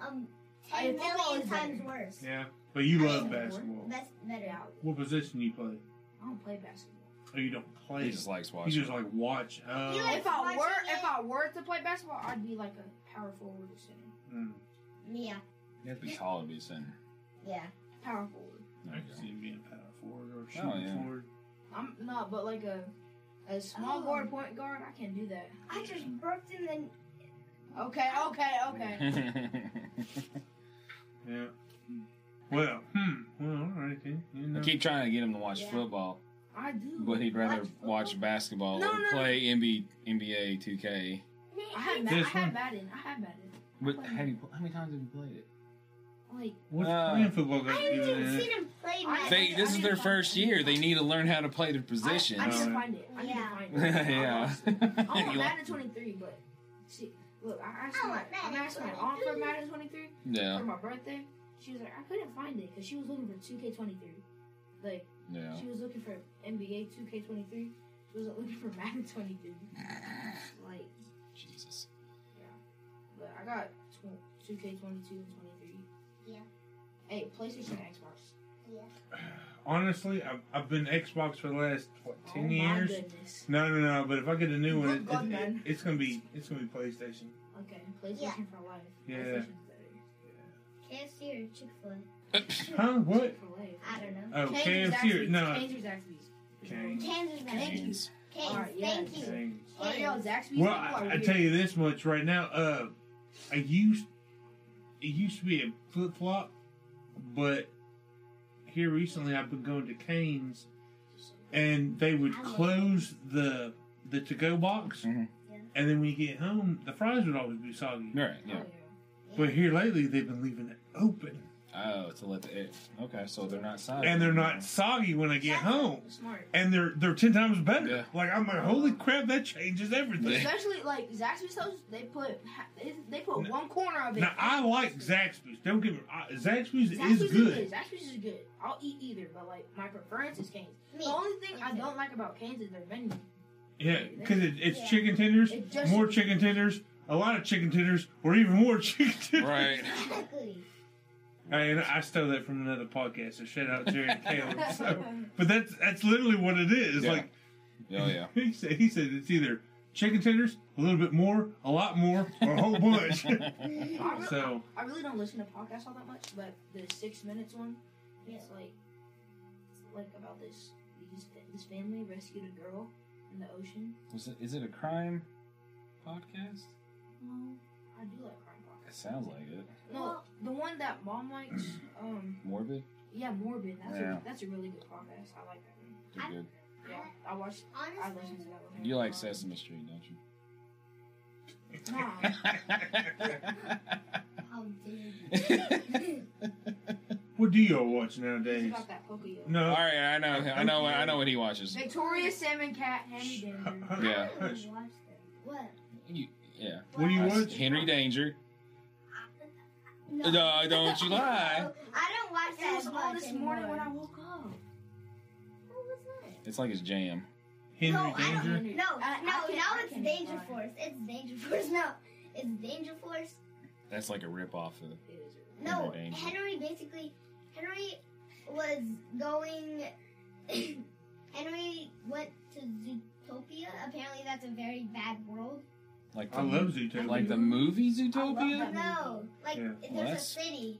[SPEAKER 3] um
[SPEAKER 4] I-
[SPEAKER 3] ten
[SPEAKER 4] football
[SPEAKER 3] million
[SPEAKER 4] is
[SPEAKER 3] times
[SPEAKER 4] better.
[SPEAKER 3] worse.
[SPEAKER 5] Yeah, but you love basketball.
[SPEAKER 3] That's better.
[SPEAKER 4] Yeah,
[SPEAKER 5] What position you play?
[SPEAKER 4] I don't play basketball.
[SPEAKER 5] Oh, you don't play.
[SPEAKER 2] he
[SPEAKER 5] You
[SPEAKER 2] just
[SPEAKER 5] just,
[SPEAKER 2] likes watching.
[SPEAKER 5] like watch. Oh.
[SPEAKER 3] You like-
[SPEAKER 4] If I
[SPEAKER 3] Watching
[SPEAKER 4] were,
[SPEAKER 3] it.
[SPEAKER 4] if I were to play basketball, I'd be like a power forward or center.
[SPEAKER 5] Mm.
[SPEAKER 3] Yeah,
[SPEAKER 2] You have to be tall to be a center.
[SPEAKER 3] yeah.
[SPEAKER 4] Power forward.
[SPEAKER 2] There
[SPEAKER 5] I
[SPEAKER 2] you
[SPEAKER 5] can
[SPEAKER 2] go.
[SPEAKER 5] see him being power forward or shooting
[SPEAKER 2] yeah.
[SPEAKER 5] forward.
[SPEAKER 4] I'm not, but like a a small
[SPEAKER 3] Oh.
[SPEAKER 4] guard, point guard, I can't do that.
[SPEAKER 3] I just burped in the.
[SPEAKER 4] Okay, okay, okay.
[SPEAKER 5] Yeah. Well, hmm. Well, all right then. You
[SPEAKER 2] I
[SPEAKER 5] know.
[SPEAKER 2] keep trying to get him to watch
[SPEAKER 3] Yeah.
[SPEAKER 2] football,
[SPEAKER 4] I do.
[SPEAKER 2] but he'd rather
[SPEAKER 4] Watch football.
[SPEAKER 2] watch basketball
[SPEAKER 4] No,
[SPEAKER 2] or
[SPEAKER 4] no,
[SPEAKER 2] play NBA, NBA 2K.
[SPEAKER 4] I had, Ma- I
[SPEAKER 5] This
[SPEAKER 4] had
[SPEAKER 5] one?
[SPEAKER 4] Madden. I had Madden.
[SPEAKER 2] But
[SPEAKER 4] Play.
[SPEAKER 2] have you, how many times have you played it?
[SPEAKER 4] Like,
[SPEAKER 5] What's
[SPEAKER 2] Uh,
[SPEAKER 5] playing football got
[SPEAKER 3] I
[SPEAKER 5] to do
[SPEAKER 3] haven't
[SPEAKER 5] with
[SPEAKER 3] even
[SPEAKER 5] it?
[SPEAKER 3] seen him play.
[SPEAKER 4] I-
[SPEAKER 3] much.
[SPEAKER 2] They,
[SPEAKER 4] I
[SPEAKER 2] this is
[SPEAKER 4] didn't
[SPEAKER 2] their
[SPEAKER 4] find-
[SPEAKER 2] first year. They need to learn how to play their position.
[SPEAKER 4] I, I need
[SPEAKER 5] Oh,
[SPEAKER 4] to
[SPEAKER 5] yeah.
[SPEAKER 4] find it. I need
[SPEAKER 3] Yeah.
[SPEAKER 4] to find it.
[SPEAKER 2] Yeah.
[SPEAKER 4] I'm on
[SPEAKER 2] You like-
[SPEAKER 4] Oh, Madden 23, but see, look, I asked
[SPEAKER 3] I
[SPEAKER 4] my,
[SPEAKER 3] want
[SPEAKER 4] I'm
[SPEAKER 3] Madden
[SPEAKER 4] asking my aunt for
[SPEAKER 3] 23.
[SPEAKER 4] Madden 23
[SPEAKER 2] yeah,
[SPEAKER 4] for my birthday. She was like, I couldn't find it because she was looking for 2K23. Like,
[SPEAKER 2] yeah.
[SPEAKER 4] she was looking for NBA 2K23. She wasn't looking for Madden 23. Like,
[SPEAKER 2] Jesus.
[SPEAKER 4] but I got tw- 2K22 and 23.
[SPEAKER 3] Yeah.
[SPEAKER 4] Hey, PlayStation and Xbox.
[SPEAKER 5] Honestly, I've, I've been Xbox for the last what
[SPEAKER 4] oh
[SPEAKER 5] ten
[SPEAKER 4] my
[SPEAKER 5] years.
[SPEAKER 4] goodness.
[SPEAKER 5] No, no, no. But if I get a new one,
[SPEAKER 4] Look
[SPEAKER 5] it,
[SPEAKER 4] good,
[SPEAKER 5] it,
[SPEAKER 4] man.
[SPEAKER 5] it's gonna be it's gonna be PlayStation.
[SPEAKER 4] Okay, PlayStation
[SPEAKER 3] Yeah.
[SPEAKER 4] for life.
[SPEAKER 5] Yeah.
[SPEAKER 4] PlayStation's better.
[SPEAKER 3] KFC or Chick Fil A?
[SPEAKER 5] Huh? What?
[SPEAKER 4] For life.
[SPEAKER 3] I don't know.
[SPEAKER 5] Oh, KFC. No.
[SPEAKER 4] Canes or Zaxby's?
[SPEAKER 5] Canes.
[SPEAKER 3] Kansas
[SPEAKER 4] Thank you.
[SPEAKER 2] Jeez.
[SPEAKER 3] Kansas.
[SPEAKER 4] Alright, yeah.
[SPEAKER 3] Thank you.
[SPEAKER 5] Canes.
[SPEAKER 4] Oh, yo, Zaxby's.
[SPEAKER 5] Well, I, I tell you this much right now. Uh, I used it used to be a flip flop, but here recently I've been going to Canes, and they would
[SPEAKER 3] I love
[SPEAKER 5] close the the to go box,
[SPEAKER 2] Mhm.
[SPEAKER 3] Yeah.
[SPEAKER 5] and then when you get home, the fries would always be soggy.
[SPEAKER 2] All right, yeah.
[SPEAKER 5] But here lately, they've been leaving it open,
[SPEAKER 2] Oh, to let the air. Okay, so they're not soggy.
[SPEAKER 5] and they're not soggy when I get home,
[SPEAKER 4] Smart.
[SPEAKER 5] and they're they're ten times better.
[SPEAKER 2] Yeah.
[SPEAKER 5] Like I'm like, holy crap, that changes everything.
[SPEAKER 4] Especially like Zaxby's toast, they put ha- they- they put
[SPEAKER 5] No.
[SPEAKER 4] one corner of it.
[SPEAKER 5] Now I like Zaxby's. Don't give me I- Zaxby's,
[SPEAKER 4] Zaxby's
[SPEAKER 5] is good.
[SPEAKER 4] Zaxby's is good. I'll eat either, but like my preference is Canes.
[SPEAKER 3] Me.
[SPEAKER 4] The only thing I
[SPEAKER 3] Me too.
[SPEAKER 4] don't like about Canes is their menu.
[SPEAKER 5] Yeah, because it, it's
[SPEAKER 3] Yeah.
[SPEAKER 5] chicken tenders,
[SPEAKER 4] It just-
[SPEAKER 5] more chicken tenders, a lot of chicken tenders, or even more chicken tenders.
[SPEAKER 2] Right.
[SPEAKER 3] Exactly.
[SPEAKER 5] Hey, and I stole that from another podcast, so shout out Jerry and Caleb. So, but that's that's literally what it is.
[SPEAKER 2] Yeah.
[SPEAKER 5] Like
[SPEAKER 2] Oh, yeah.
[SPEAKER 5] he said, he said it's either chicken tenders, a little bit more, a lot more, or a whole bunch.
[SPEAKER 4] I really,
[SPEAKER 5] so
[SPEAKER 4] I really don't listen to podcasts all that much, but the six minutes one, it's like it's like about this these, this family rescued a girl in the ocean.
[SPEAKER 2] Was it, is it a crime podcast?
[SPEAKER 4] No, I do like crime podcasts.
[SPEAKER 2] It sounds like it.
[SPEAKER 4] No, the one that mom likes. Um,
[SPEAKER 2] Morbid?
[SPEAKER 4] yeah, morbid. That's
[SPEAKER 2] Yeah.
[SPEAKER 4] a that's a really good podcast. I like that one.
[SPEAKER 2] They're
[SPEAKER 3] I-
[SPEAKER 2] good.
[SPEAKER 4] Yeah, I watched. I
[SPEAKER 3] Honestly,
[SPEAKER 4] listened to that one.
[SPEAKER 2] You like
[SPEAKER 4] Um,
[SPEAKER 2] Sesame Street, don't you?
[SPEAKER 4] Nah,
[SPEAKER 3] how dare you?
[SPEAKER 5] what do y'all watch
[SPEAKER 4] it's
[SPEAKER 5] nowadays?
[SPEAKER 4] about that Pokeyo.
[SPEAKER 5] No.
[SPEAKER 2] All right, I know. I know. I know what he watches.
[SPEAKER 4] Victoria Salmon Cat, Hammy Danger.
[SPEAKER 2] Yeah.
[SPEAKER 3] I don't watch them. What?
[SPEAKER 2] You, yeah.
[SPEAKER 5] What do you
[SPEAKER 2] Uh,
[SPEAKER 5] watch?
[SPEAKER 2] Henry Danger.
[SPEAKER 3] No.
[SPEAKER 2] No, don't you lie.
[SPEAKER 3] I don't watch that
[SPEAKER 4] It
[SPEAKER 3] as
[SPEAKER 4] was all
[SPEAKER 3] much
[SPEAKER 4] "Oh, this
[SPEAKER 3] anymore.
[SPEAKER 4] morning when I woke up.
[SPEAKER 3] What was that?
[SPEAKER 2] It's like his jam.
[SPEAKER 5] Henry
[SPEAKER 3] No, I don't-
[SPEAKER 5] Danger.
[SPEAKER 4] Henry.
[SPEAKER 3] No,
[SPEAKER 4] I- I
[SPEAKER 3] no,
[SPEAKER 4] can't-
[SPEAKER 3] now
[SPEAKER 4] I
[SPEAKER 3] it's
[SPEAKER 4] can't
[SPEAKER 3] Danger
[SPEAKER 4] find.
[SPEAKER 3] Force. It's Danger Force now. It's Danger Force.
[SPEAKER 2] That's like a rip off of.
[SPEAKER 4] It is a-
[SPEAKER 3] No,
[SPEAKER 2] Henry Danger.
[SPEAKER 3] Henry basically, Henry was going. Henry went to Zootopia. Apparently, that's a very bad world.
[SPEAKER 2] Like the,
[SPEAKER 5] I love Zootopia.
[SPEAKER 2] like the movie
[SPEAKER 4] that
[SPEAKER 2] Zootopia.
[SPEAKER 4] movie.
[SPEAKER 3] No, like
[SPEAKER 5] Yeah.
[SPEAKER 3] there's
[SPEAKER 2] Well,
[SPEAKER 3] a
[SPEAKER 2] that's-
[SPEAKER 3] city,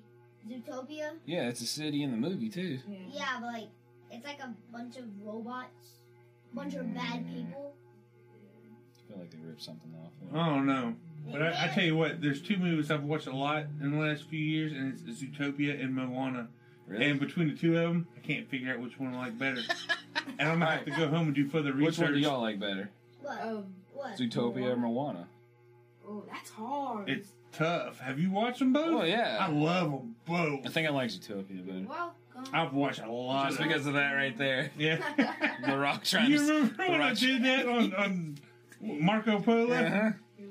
[SPEAKER 3] Zootopia.
[SPEAKER 2] Yeah, it's a city in the movie too.
[SPEAKER 4] Yeah.
[SPEAKER 3] Yeah, but like it's like a bunch of robots, bunch of bad
[SPEAKER 2] Mm.
[SPEAKER 3] people.
[SPEAKER 2] I feel like they ripped something off.
[SPEAKER 5] I don't know. But I, I tell you what, there's two movies I've watched a lot in the last few years, and it's Zootopia and Moana.
[SPEAKER 2] Really?
[SPEAKER 5] And between the two of them, I can't figure out which one I like better. and I'm gonna have to go home and do further
[SPEAKER 2] Which one
[SPEAKER 5] research.
[SPEAKER 2] do y'all like better?
[SPEAKER 3] What?
[SPEAKER 4] Um,
[SPEAKER 3] what?
[SPEAKER 2] Zootopia or Moana?
[SPEAKER 4] oh, that's hard.
[SPEAKER 5] it's tough. Have you watched them both?
[SPEAKER 2] Oh
[SPEAKER 5] I
[SPEAKER 2] yeah.
[SPEAKER 5] love them
[SPEAKER 2] I
[SPEAKER 5] both.
[SPEAKER 2] think I like Zootopia better.
[SPEAKER 4] Welcome.
[SPEAKER 5] I've watched a lot.
[SPEAKER 2] Just
[SPEAKER 5] of
[SPEAKER 2] because of that right there.
[SPEAKER 5] yeah.
[SPEAKER 2] The Rock trying
[SPEAKER 5] you
[SPEAKER 2] to.
[SPEAKER 5] remember when I
[SPEAKER 2] Rock-
[SPEAKER 5] did that on, on Marco Polo?
[SPEAKER 2] Uh-huh.
[SPEAKER 4] You're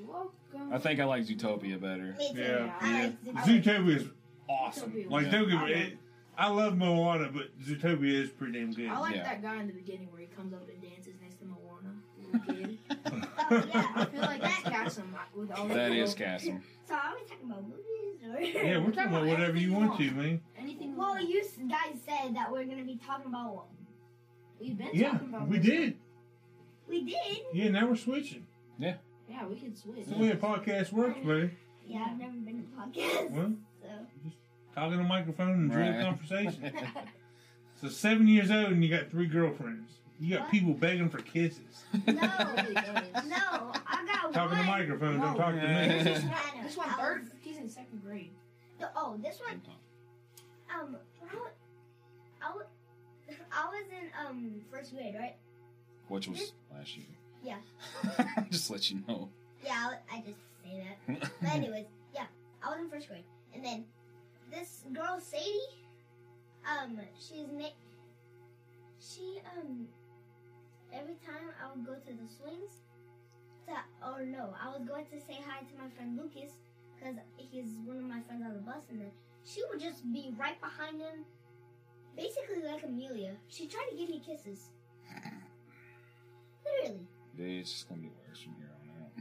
[SPEAKER 4] welcome.
[SPEAKER 2] I think I like Zootopia better.
[SPEAKER 3] Me too.
[SPEAKER 5] Yeah.
[SPEAKER 3] I
[SPEAKER 4] Yeah.
[SPEAKER 3] like Zootopia.
[SPEAKER 5] Zootopia is awesome.
[SPEAKER 4] Zootopia
[SPEAKER 5] Like
[SPEAKER 2] was-
[SPEAKER 5] don't get me.
[SPEAKER 4] Yeah.
[SPEAKER 5] It, I love Moana, but Zootopia is pretty damn good.
[SPEAKER 4] I like
[SPEAKER 2] Yeah.
[SPEAKER 4] that guy in the beginning where he comes up and dances next to Moana. little kid.
[SPEAKER 3] Oh, yeah.
[SPEAKER 4] I feel like that's Cassim with all the
[SPEAKER 2] That
[SPEAKER 4] little-
[SPEAKER 2] is Cassim.
[SPEAKER 3] So are we talking about movies or?
[SPEAKER 5] yeah, we're talking about whatever you want to, man.
[SPEAKER 4] Anything
[SPEAKER 3] Well, you s- guys said that we're gonna be talking about.
[SPEAKER 4] we've been
[SPEAKER 5] Yeah,
[SPEAKER 4] talking about.
[SPEAKER 5] we
[SPEAKER 4] this.
[SPEAKER 5] did.
[SPEAKER 3] We did.
[SPEAKER 5] Yeah, now we're switching.
[SPEAKER 4] Yeah, we can switch.
[SPEAKER 5] It's the way a podcast works, buddy.
[SPEAKER 3] Yeah, I've never been to podcasts.
[SPEAKER 5] Well,
[SPEAKER 3] So
[SPEAKER 5] talking to microphone and real
[SPEAKER 2] Right.
[SPEAKER 5] conversation. so seven years old and you got three girlfriends. You got
[SPEAKER 3] What?
[SPEAKER 5] people begging for kisses.
[SPEAKER 3] no,
[SPEAKER 4] Really is.
[SPEAKER 3] no, I got
[SPEAKER 5] Talking to
[SPEAKER 3] one.
[SPEAKER 5] microphones, don't
[SPEAKER 4] No.
[SPEAKER 5] talk to me.
[SPEAKER 3] This is Hannah.
[SPEAKER 4] This one
[SPEAKER 3] I
[SPEAKER 4] third.
[SPEAKER 3] was-
[SPEAKER 4] He's in second grade.
[SPEAKER 3] the- oh, this one. Um, when I, wa- I, wa- I was in um first grade, right?
[SPEAKER 2] Which was last year.
[SPEAKER 3] Yeah.
[SPEAKER 2] Just let you know.
[SPEAKER 3] Yeah, I, I just say that. But anyways, yeah, I was in first grade, and then this girl Sadie, um, she's na- she um, every time I would go to the swings, to, or no, I was going to say hi to my friend Lucas because he's one of my friends on the bus, and then she would just be right behind him, basically like Amelia. She tried to give me kisses, literally.
[SPEAKER 2] Dude, it's just gonna be worse from here on out.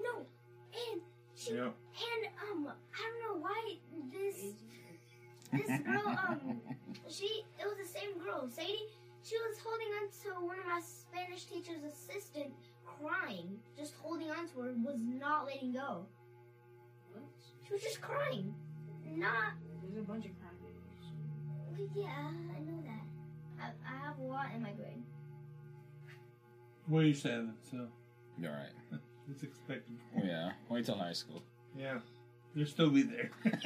[SPEAKER 3] No, and she
[SPEAKER 5] Yep.
[SPEAKER 3] And um, I don't know why this this girl um she it was the same girl Sadie. She was holding on to one of my Spanish teacher's assistant, crying, just holding on to her, was not letting go.
[SPEAKER 4] What?
[SPEAKER 3] She was just crying, not
[SPEAKER 4] There's a bunch of crybabies.
[SPEAKER 3] yeah. I know that. I, I have a lot in my grade.
[SPEAKER 5] Well, you're seven, so
[SPEAKER 2] You alright?
[SPEAKER 5] it's expected.
[SPEAKER 2] Yeah. Wait till high school.
[SPEAKER 5] Yeah. They'll still be there.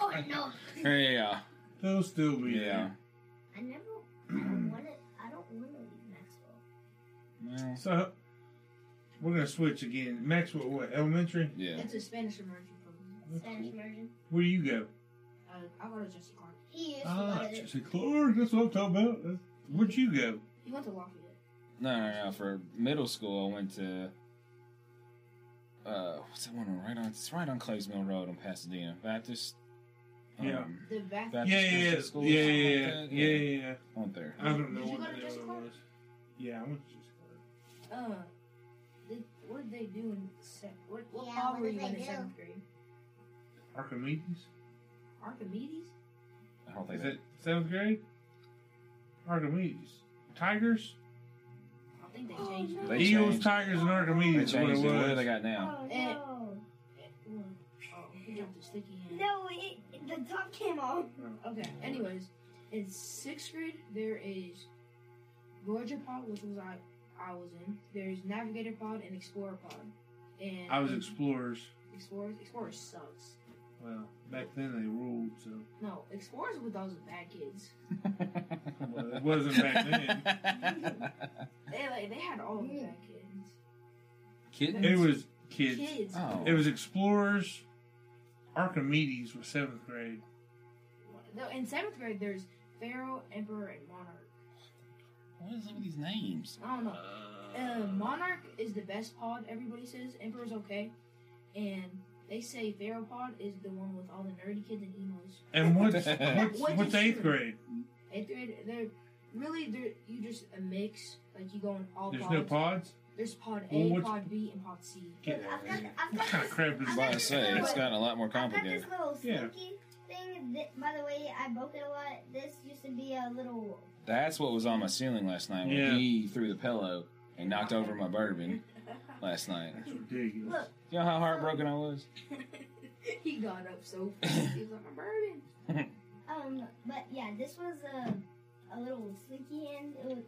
[SPEAKER 3] Oh no,
[SPEAKER 2] Yeah.
[SPEAKER 5] They'll still be
[SPEAKER 2] Yeah.
[SPEAKER 3] I never. I don't want to. I don't want to leave Maxwell.
[SPEAKER 5] there.
[SPEAKER 2] Well,
[SPEAKER 5] So we're gonna switch again. Maxwell, what elementary?
[SPEAKER 2] yeah.
[SPEAKER 4] It's a Spanish immersion program.
[SPEAKER 5] That's
[SPEAKER 3] Spanish
[SPEAKER 5] cool.
[SPEAKER 3] immersion.
[SPEAKER 5] Where do you go?
[SPEAKER 4] Uh, I go to Jesse Clark.
[SPEAKER 3] He used to
[SPEAKER 5] Ah,
[SPEAKER 3] go to.
[SPEAKER 5] Jesse Clark. That's what I'm talking about. That's- Where'd you go?
[SPEAKER 4] He went to Lafayette.
[SPEAKER 2] No, no, no. For middle school, I went to. Uh, what's that one right on? It's right on Clays Mill Road in Pasadena Baptist.
[SPEAKER 5] Yeah.
[SPEAKER 2] um,
[SPEAKER 4] The bath.
[SPEAKER 2] That- Baptist
[SPEAKER 5] Yeah, yeah,
[SPEAKER 2] Christian school or
[SPEAKER 5] yeah, yeah,
[SPEAKER 2] something
[SPEAKER 5] yeah,
[SPEAKER 2] like that?
[SPEAKER 5] yeah,
[SPEAKER 2] Yeah.
[SPEAKER 5] yeah, yeah.
[SPEAKER 2] I went there.
[SPEAKER 5] I don't know
[SPEAKER 4] Did you
[SPEAKER 5] what
[SPEAKER 4] go to
[SPEAKER 5] the
[SPEAKER 4] Jesse
[SPEAKER 5] hell
[SPEAKER 4] Clark?
[SPEAKER 5] it was. Yeah, I went to just Clark.
[SPEAKER 4] Uh, they, what did they do in sec? What, what
[SPEAKER 3] Yeah,
[SPEAKER 4] hall
[SPEAKER 3] what
[SPEAKER 4] were
[SPEAKER 3] did
[SPEAKER 4] you
[SPEAKER 3] they
[SPEAKER 4] in in
[SPEAKER 3] do?
[SPEAKER 4] seventh grade?
[SPEAKER 5] Archimedes.
[SPEAKER 4] Archimedes?
[SPEAKER 2] I don't think
[SPEAKER 5] Is
[SPEAKER 2] that.
[SPEAKER 5] it seventh grade? Archimedes. Tigers?
[SPEAKER 4] I think they
[SPEAKER 3] Oh,
[SPEAKER 4] changed.
[SPEAKER 3] no.
[SPEAKER 4] it.
[SPEAKER 2] They
[SPEAKER 5] Eagles,
[SPEAKER 2] changed.
[SPEAKER 5] Tigers, and
[SPEAKER 2] They
[SPEAKER 5] Archimedes. is What it
[SPEAKER 2] changed it. What do they
[SPEAKER 5] was.
[SPEAKER 2] got now?
[SPEAKER 3] Oh
[SPEAKER 4] Eh.
[SPEAKER 3] no.
[SPEAKER 4] Oh, he dropped his sticky hand.
[SPEAKER 3] No, it, the top came off.
[SPEAKER 4] Okay. Anyways, in sixth grade there is Voyager pod, which was I I was in. There's Navigator pod and Explorer pod. And
[SPEAKER 5] I was explorers.
[SPEAKER 4] Explorers. Explorer sucks.
[SPEAKER 5] Well, back then they ruled, so
[SPEAKER 4] No, Explorers were those bad kids.
[SPEAKER 5] Well, it wasn't back
[SPEAKER 2] then.
[SPEAKER 4] They like they had all the bad kids.
[SPEAKER 2] Kitten.
[SPEAKER 5] it was kids.
[SPEAKER 4] Kids.
[SPEAKER 2] Oh.
[SPEAKER 5] It was explorers. Archimedes was seventh grade.
[SPEAKER 4] No, in seventh grade there's Pharaoh, Emperor, and Monarch.
[SPEAKER 2] What is up with these names?
[SPEAKER 4] I don't know. Uh, Monarch is the best pod. Everybody says Emperor's okay, and they say Pharaoh pod is the one with all the nerdy kids and emos.
[SPEAKER 5] And what's what's,
[SPEAKER 4] What
[SPEAKER 5] what's
[SPEAKER 4] is
[SPEAKER 5] eighth
[SPEAKER 4] true?
[SPEAKER 5] grade?
[SPEAKER 4] Eighth grade, there really, there, you just a mix. Like you go in all
[SPEAKER 5] There's
[SPEAKER 4] pods.
[SPEAKER 5] no pods.
[SPEAKER 4] There's pod
[SPEAKER 5] Well,
[SPEAKER 4] A,
[SPEAKER 5] what's-
[SPEAKER 4] pod B, and pod C.
[SPEAKER 5] Get
[SPEAKER 3] I've
[SPEAKER 5] out of
[SPEAKER 3] got,
[SPEAKER 5] here.
[SPEAKER 3] I've
[SPEAKER 5] What
[SPEAKER 3] got
[SPEAKER 5] kind of
[SPEAKER 3] this,
[SPEAKER 5] crap is
[SPEAKER 3] I've
[SPEAKER 5] that?
[SPEAKER 3] got
[SPEAKER 2] I
[SPEAKER 3] this
[SPEAKER 2] say
[SPEAKER 3] little-
[SPEAKER 2] it's gotten a lot more
[SPEAKER 3] I've got
[SPEAKER 2] complicated.
[SPEAKER 3] this little
[SPEAKER 5] Yeah.
[SPEAKER 3] slinky thing. That, by the way, I broke it a lot. This used to be a little.
[SPEAKER 2] That's what was on my ceiling last night when
[SPEAKER 5] Yeah.
[SPEAKER 2] he threw the pillow and knocked over my bourbon last night.
[SPEAKER 5] That's ridiculous.
[SPEAKER 3] Look,
[SPEAKER 2] You know how heartbroken I was?
[SPEAKER 4] he got up so fast. He was like, "I'm burning."
[SPEAKER 3] Um, but yeah, this was a, a little slinky hand. It was,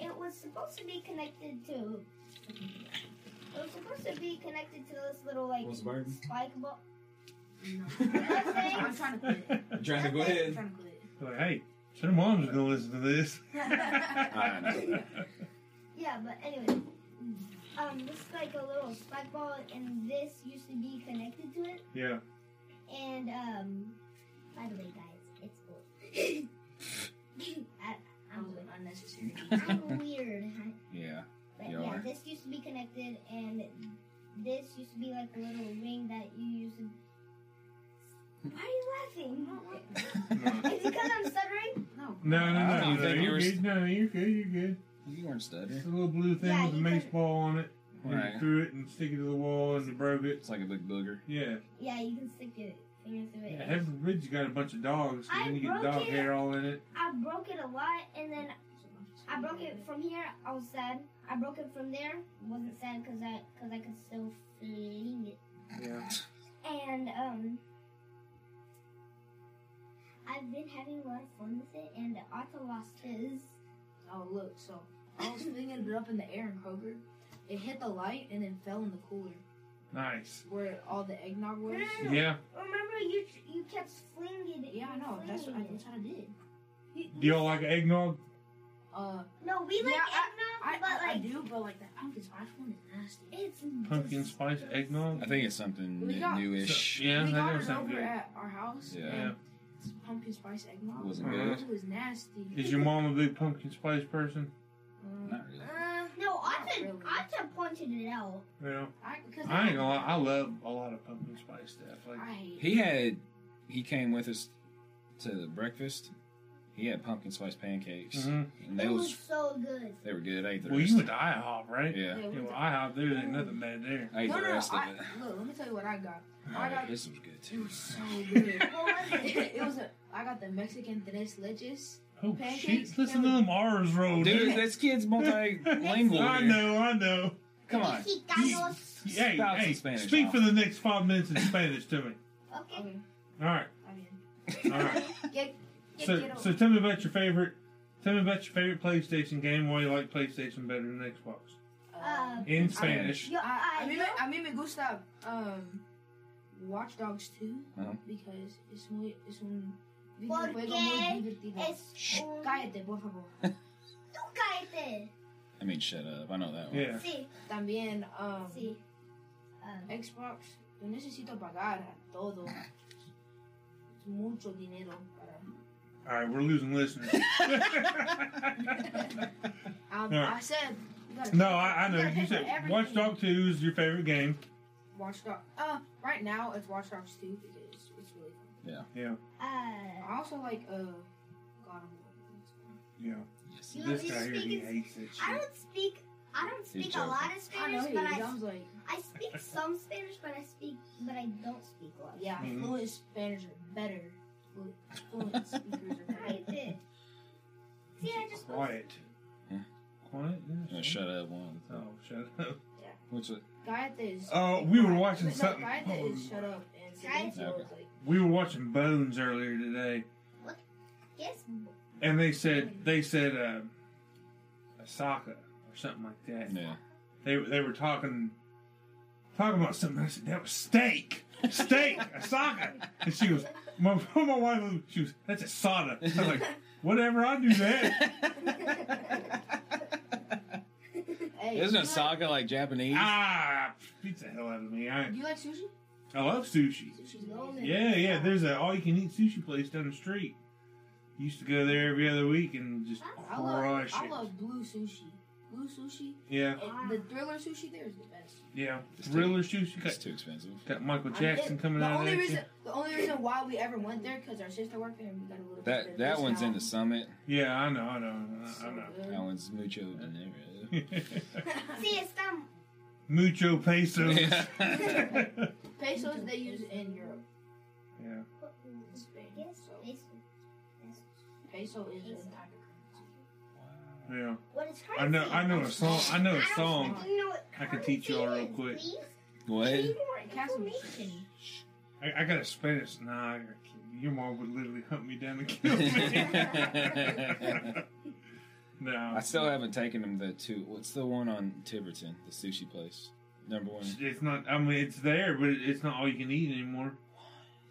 [SPEAKER 3] it was supposed to be connected to. It was supposed to be connected to this little like
[SPEAKER 6] What's the burden?
[SPEAKER 3] spike ball.
[SPEAKER 4] No. I'm trying to quit.
[SPEAKER 6] Trying to go
[SPEAKER 4] I'm
[SPEAKER 6] ahead.
[SPEAKER 4] trying to quit.
[SPEAKER 5] Like, hey, so mom's gonna listen to this.
[SPEAKER 2] I know.
[SPEAKER 3] Yeah, but anyway, um, this is like a little spike ball, and this used to be connected to it.
[SPEAKER 5] yeah.
[SPEAKER 3] And um, by the way, guys, it's cool. I,
[SPEAKER 4] That
[SPEAKER 3] I'm
[SPEAKER 4] was
[SPEAKER 3] weird.
[SPEAKER 4] unnecessary.
[SPEAKER 3] I'm weird. I-
[SPEAKER 2] Yeah.
[SPEAKER 3] But
[SPEAKER 2] You
[SPEAKER 3] yeah,
[SPEAKER 2] are.
[SPEAKER 3] this used to be connected, and this used to be like a little ring that you used to. Why are you laughing? Is it because I'm stuttering?
[SPEAKER 4] No.
[SPEAKER 5] No, no,
[SPEAKER 2] I
[SPEAKER 5] no.
[SPEAKER 2] don't
[SPEAKER 5] no,
[SPEAKER 2] think you
[SPEAKER 5] you're
[SPEAKER 2] were-
[SPEAKER 5] good. No, you're good. You're good.
[SPEAKER 2] You weren't stuttering.
[SPEAKER 5] It's a little blue thing
[SPEAKER 3] Yeah,
[SPEAKER 5] with a
[SPEAKER 3] you
[SPEAKER 5] mace
[SPEAKER 3] can-
[SPEAKER 5] ball on it. And
[SPEAKER 2] Right.
[SPEAKER 5] you threw it and stick it to the wall and you broke it.
[SPEAKER 2] It's like a big booger.
[SPEAKER 5] Yeah.
[SPEAKER 3] Yeah, you can stick your finger through it.
[SPEAKER 5] yeah Heaven Bridge got a bunch of dogs.
[SPEAKER 3] I
[SPEAKER 5] And then you get
[SPEAKER 3] broke
[SPEAKER 5] dog
[SPEAKER 3] it.
[SPEAKER 5] hair all in it.
[SPEAKER 3] I broke it a lot, and then I broke it from here. I was sad. I broke it from there. Wasn't sad because I because I could still fling it.
[SPEAKER 5] Yeah.
[SPEAKER 3] And um, I've been having a lot of fun with it, and Otto lost his.
[SPEAKER 4] Oh look, so I was flinging it up in the air in Kroger. It hit the light and then fell in the cooler
[SPEAKER 5] Nice.
[SPEAKER 4] where all the eggnog was.
[SPEAKER 5] Yeah.
[SPEAKER 3] Remember, you you kept flinging it.
[SPEAKER 4] Yeah, I know. That's what I,
[SPEAKER 3] flinging
[SPEAKER 4] that's what I did.
[SPEAKER 5] Do y'all like eggnog?
[SPEAKER 4] Uh,
[SPEAKER 3] it. No, we like
[SPEAKER 4] Yeah,
[SPEAKER 3] eggnog,
[SPEAKER 4] I,
[SPEAKER 3] but
[SPEAKER 4] I, I
[SPEAKER 3] like
[SPEAKER 4] do, but like that pumpkin spice one is nasty.
[SPEAKER 3] it's
[SPEAKER 5] Pumpkin
[SPEAKER 3] just-
[SPEAKER 5] spice eggnog?
[SPEAKER 2] I think it's something
[SPEAKER 4] We got-
[SPEAKER 2] newish.
[SPEAKER 5] So- yeah,
[SPEAKER 4] we
[SPEAKER 5] that
[SPEAKER 4] got
[SPEAKER 5] don't
[SPEAKER 4] it
[SPEAKER 5] sound
[SPEAKER 4] over
[SPEAKER 5] good.
[SPEAKER 4] at our house.
[SPEAKER 2] Yeah.
[SPEAKER 4] And it's pumpkin spice eggnog.
[SPEAKER 2] Was it
[SPEAKER 5] Uh-huh.
[SPEAKER 2] good?
[SPEAKER 4] It was nasty.
[SPEAKER 5] Is your mom a big pumpkin spice person?
[SPEAKER 4] Um,
[SPEAKER 2] Not really.
[SPEAKER 4] uh,
[SPEAKER 3] No,
[SPEAKER 4] Not
[SPEAKER 3] Otto
[SPEAKER 4] really.
[SPEAKER 3] Otto pointed it out.
[SPEAKER 5] Yeah.
[SPEAKER 4] I, because
[SPEAKER 5] I ain't gonna lie. I love a lot of pumpkin spice stuff. Like,
[SPEAKER 4] I hate
[SPEAKER 2] He had, he came with us to the breakfast. He had pumpkin spice pancakes.
[SPEAKER 5] Mhm.
[SPEAKER 2] And
[SPEAKER 3] it
[SPEAKER 2] they
[SPEAKER 3] was,
[SPEAKER 2] was,
[SPEAKER 3] so good.
[SPEAKER 2] they were good. I ate the
[SPEAKER 5] well,
[SPEAKER 2] rest.
[SPEAKER 5] you went to IHOP, right?
[SPEAKER 2] yeah.
[SPEAKER 4] Yeah,
[SPEAKER 5] Yeah,
[SPEAKER 4] we
[SPEAKER 5] well,
[SPEAKER 4] did.
[SPEAKER 5] IHOP, there ain't nothing bad there.
[SPEAKER 2] I ate
[SPEAKER 4] no,
[SPEAKER 2] the
[SPEAKER 4] no,
[SPEAKER 2] rest
[SPEAKER 4] no,
[SPEAKER 2] of
[SPEAKER 4] I,
[SPEAKER 2] it.
[SPEAKER 4] Look, let me tell you what I got.
[SPEAKER 2] Oh,
[SPEAKER 4] I got
[SPEAKER 2] this was good
[SPEAKER 4] It
[SPEAKER 2] too.
[SPEAKER 4] was so good.
[SPEAKER 3] What was it?
[SPEAKER 4] it was a. I got the Mexican tres leches.
[SPEAKER 5] Oh
[SPEAKER 4] Pancakes,
[SPEAKER 5] shit! Listen to
[SPEAKER 4] yeah.
[SPEAKER 5] them R's roll,
[SPEAKER 2] Dude,
[SPEAKER 5] dude.
[SPEAKER 2] this kid's multilingual.
[SPEAKER 5] I
[SPEAKER 2] here.
[SPEAKER 5] know, I know.
[SPEAKER 2] Come on.
[SPEAKER 3] Mexicanos.
[SPEAKER 5] Hey,
[SPEAKER 2] Spout some
[SPEAKER 5] hey
[SPEAKER 2] Spanish
[SPEAKER 5] speak
[SPEAKER 2] off.
[SPEAKER 5] for the next five minutes in Spanish to me.
[SPEAKER 3] Okay.
[SPEAKER 4] Okay,
[SPEAKER 5] All right,
[SPEAKER 4] I mean,
[SPEAKER 5] all right.
[SPEAKER 4] get, get,
[SPEAKER 5] So,
[SPEAKER 4] get over.
[SPEAKER 5] so tell me about your favorite. Tell me about your favorite PlayStation game. Why you like PlayStation better than Xbox?
[SPEAKER 4] um,
[SPEAKER 5] In Spanish.
[SPEAKER 3] Yo,
[SPEAKER 4] I, I,
[SPEAKER 3] I,
[SPEAKER 4] mean,
[SPEAKER 3] yo,
[SPEAKER 4] I mean, me gusta um, Watch Dogs 2
[SPEAKER 2] Uh-huh.
[SPEAKER 4] because es muy, es un
[SPEAKER 3] ¿Por
[SPEAKER 4] videojuego
[SPEAKER 3] qué
[SPEAKER 4] muy divertido.
[SPEAKER 3] es un...
[SPEAKER 4] Cállate, por favor.
[SPEAKER 3] Tú cállate.
[SPEAKER 2] I mean, shut up. I know that one.
[SPEAKER 5] Yeah.
[SPEAKER 3] Sí,
[SPEAKER 4] También um,
[SPEAKER 3] sí. Um,
[SPEAKER 4] Xbox. Yo necesito pagar a todo. Es mucho dinero. para-
[SPEAKER 5] All right, we're losing listeners.
[SPEAKER 4] Um,
[SPEAKER 5] All
[SPEAKER 4] I
[SPEAKER 5] right.
[SPEAKER 4] said. you gotta
[SPEAKER 5] no,
[SPEAKER 4] pay for-
[SPEAKER 5] I, I know.
[SPEAKER 4] gotta pay
[SPEAKER 5] You
[SPEAKER 4] for
[SPEAKER 5] said
[SPEAKER 4] everything.
[SPEAKER 5] Watch Dog Two is your favorite game.
[SPEAKER 4] Watch Dogs. Uh, right now it's Watch Dogs 2 because it's, it's really fun.
[SPEAKER 5] Yeah,
[SPEAKER 3] uh,
[SPEAKER 4] I also like uh, God of War.
[SPEAKER 5] yeah.
[SPEAKER 2] Yes.
[SPEAKER 3] You
[SPEAKER 5] This
[SPEAKER 3] want me to
[SPEAKER 5] guy here, he
[SPEAKER 3] speak in-
[SPEAKER 5] hates that
[SPEAKER 3] I
[SPEAKER 5] shit.
[SPEAKER 3] don't speak. I don't speak a
[SPEAKER 2] joking.
[SPEAKER 3] lot of
[SPEAKER 4] I know
[SPEAKER 3] Spanish,
[SPEAKER 4] he
[SPEAKER 3] but
[SPEAKER 4] is.
[SPEAKER 3] I,
[SPEAKER 4] I was like,
[SPEAKER 3] I speak some Spanish, but I speak, but I don't speak a lot.
[SPEAKER 4] yeah,
[SPEAKER 5] Mhm.
[SPEAKER 4] fluent Spanish are better. Fluent, fluent speakers are better.
[SPEAKER 3] Cállate. Sí, I just
[SPEAKER 5] Quiet.
[SPEAKER 2] Yeah.
[SPEAKER 5] Quiet.
[SPEAKER 2] No, shut up. One.
[SPEAKER 5] Oh, shut up.
[SPEAKER 2] What's it?
[SPEAKER 4] Gaiate is.
[SPEAKER 5] Oh, we were watching
[SPEAKER 4] no,
[SPEAKER 5] something. Oh.
[SPEAKER 4] Gaiate is shut up and
[SPEAKER 3] Gaiate-
[SPEAKER 4] Silencio is
[SPEAKER 5] We were watching Bones earlier today,
[SPEAKER 3] Yes.
[SPEAKER 5] and they said they said uh, Osaka or something like that.
[SPEAKER 2] Yeah.
[SPEAKER 5] They they were talking talking about something. I said that was steak, steak, Osaka, and she was my my wife. was- She was that's Asada. I was like, whatever, I do that.
[SPEAKER 4] like. Hey, you
[SPEAKER 2] Isn't
[SPEAKER 4] like-
[SPEAKER 2] Osaka like Japanese?
[SPEAKER 5] ah, beats the hell out of me. I
[SPEAKER 4] You like sushi?
[SPEAKER 5] I love sushi.
[SPEAKER 4] Sushi's
[SPEAKER 3] No,
[SPEAKER 4] amazing.
[SPEAKER 5] Yeah, yeah. There's a all you can eat sushi place down the street. Used to go there every other week and just
[SPEAKER 4] I love,
[SPEAKER 5] crush
[SPEAKER 4] I
[SPEAKER 5] it.
[SPEAKER 4] love blue sushi. blue sushi.
[SPEAKER 5] Yeah,
[SPEAKER 4] And the thriller sushi there is the best.
[SPEAKER 5] yeah.
[SPEAKER 2] It's
[SPEAKER 5] Thriller
[SPEAKER 2] It's
[SPEAKER 5] sushi got,
[SPEAKER 2] too expensive.
[SPEAKER 5] got Michael
[SPEAKER 4] I-
[SPEAKER 5] Jackson
[SPEAKER 4] it-
[SPEAKER 5] coming
[SPEAKER 4] the
[SPEAKER 5] out of
[SPEAKER 4] only
[SPEAKER 5] there.
[SPEAKER 4] reason, The only reason why we ever went there because our sister worked there and we got a little bit
[SPEAKER 2] That
[SPEAKER 4] of
[SPEAKER 2] that one's in the
[SPEAKER 4] discount.
[SPEAKER 2] summit.
[SPEAKER 5] Yeah, I know, I know, I know.
[SPEAKER 4] So
[SPEAKER 2] That one's mucho dinero.
[SPEAKER 5] I know.
[SPEAKER 4] good.
[SPEAKER 3] See, it's some.
[SPEAKER 5] Mucho pesos.
[SPEAKER 2] Yeah.
[SPEAKER 5] yeah.
[SPEAKER 4] Pesos they use in Europe, in Spain.
[SPEAKER 3] Yes,
[SPEAKER 4] So
[SPEAKER 3] this- this-
[SPEAKER 4] peso is an actual currency.
[SPEAKER 5] Yeah.
[SPEAKER 3] What is currency?
[SPEAKER 5] I know I know a song I know a
[SPEAKER 3] don't
[SPEAKER 5] song.
[SPEAKER 3] fucking know what
[SPEAKER 5] I can teach y'all
[SPEAKER 3] currency
[SPEAKER 5] real
[SPEAKER 3] is,
[SPEAKER 5] quick.
[SPEAKER 3] please.
[SPEAKER 2] what?
[SPEAKER 3] Give me more
[SPEAKER 4] Castle.
[SPEAKER 3] information.
[SPEAKER 5] I, I got a Spanish nah I- your mom would literally hunt me down and kill me. no.
[SPEAKER 2] I still haven't taken them the two. What's the one on Tiverton, the sushi place? Number one.
[SPEAKER 5] It's not. I mean, it's there, but it's not all you can eat anymore.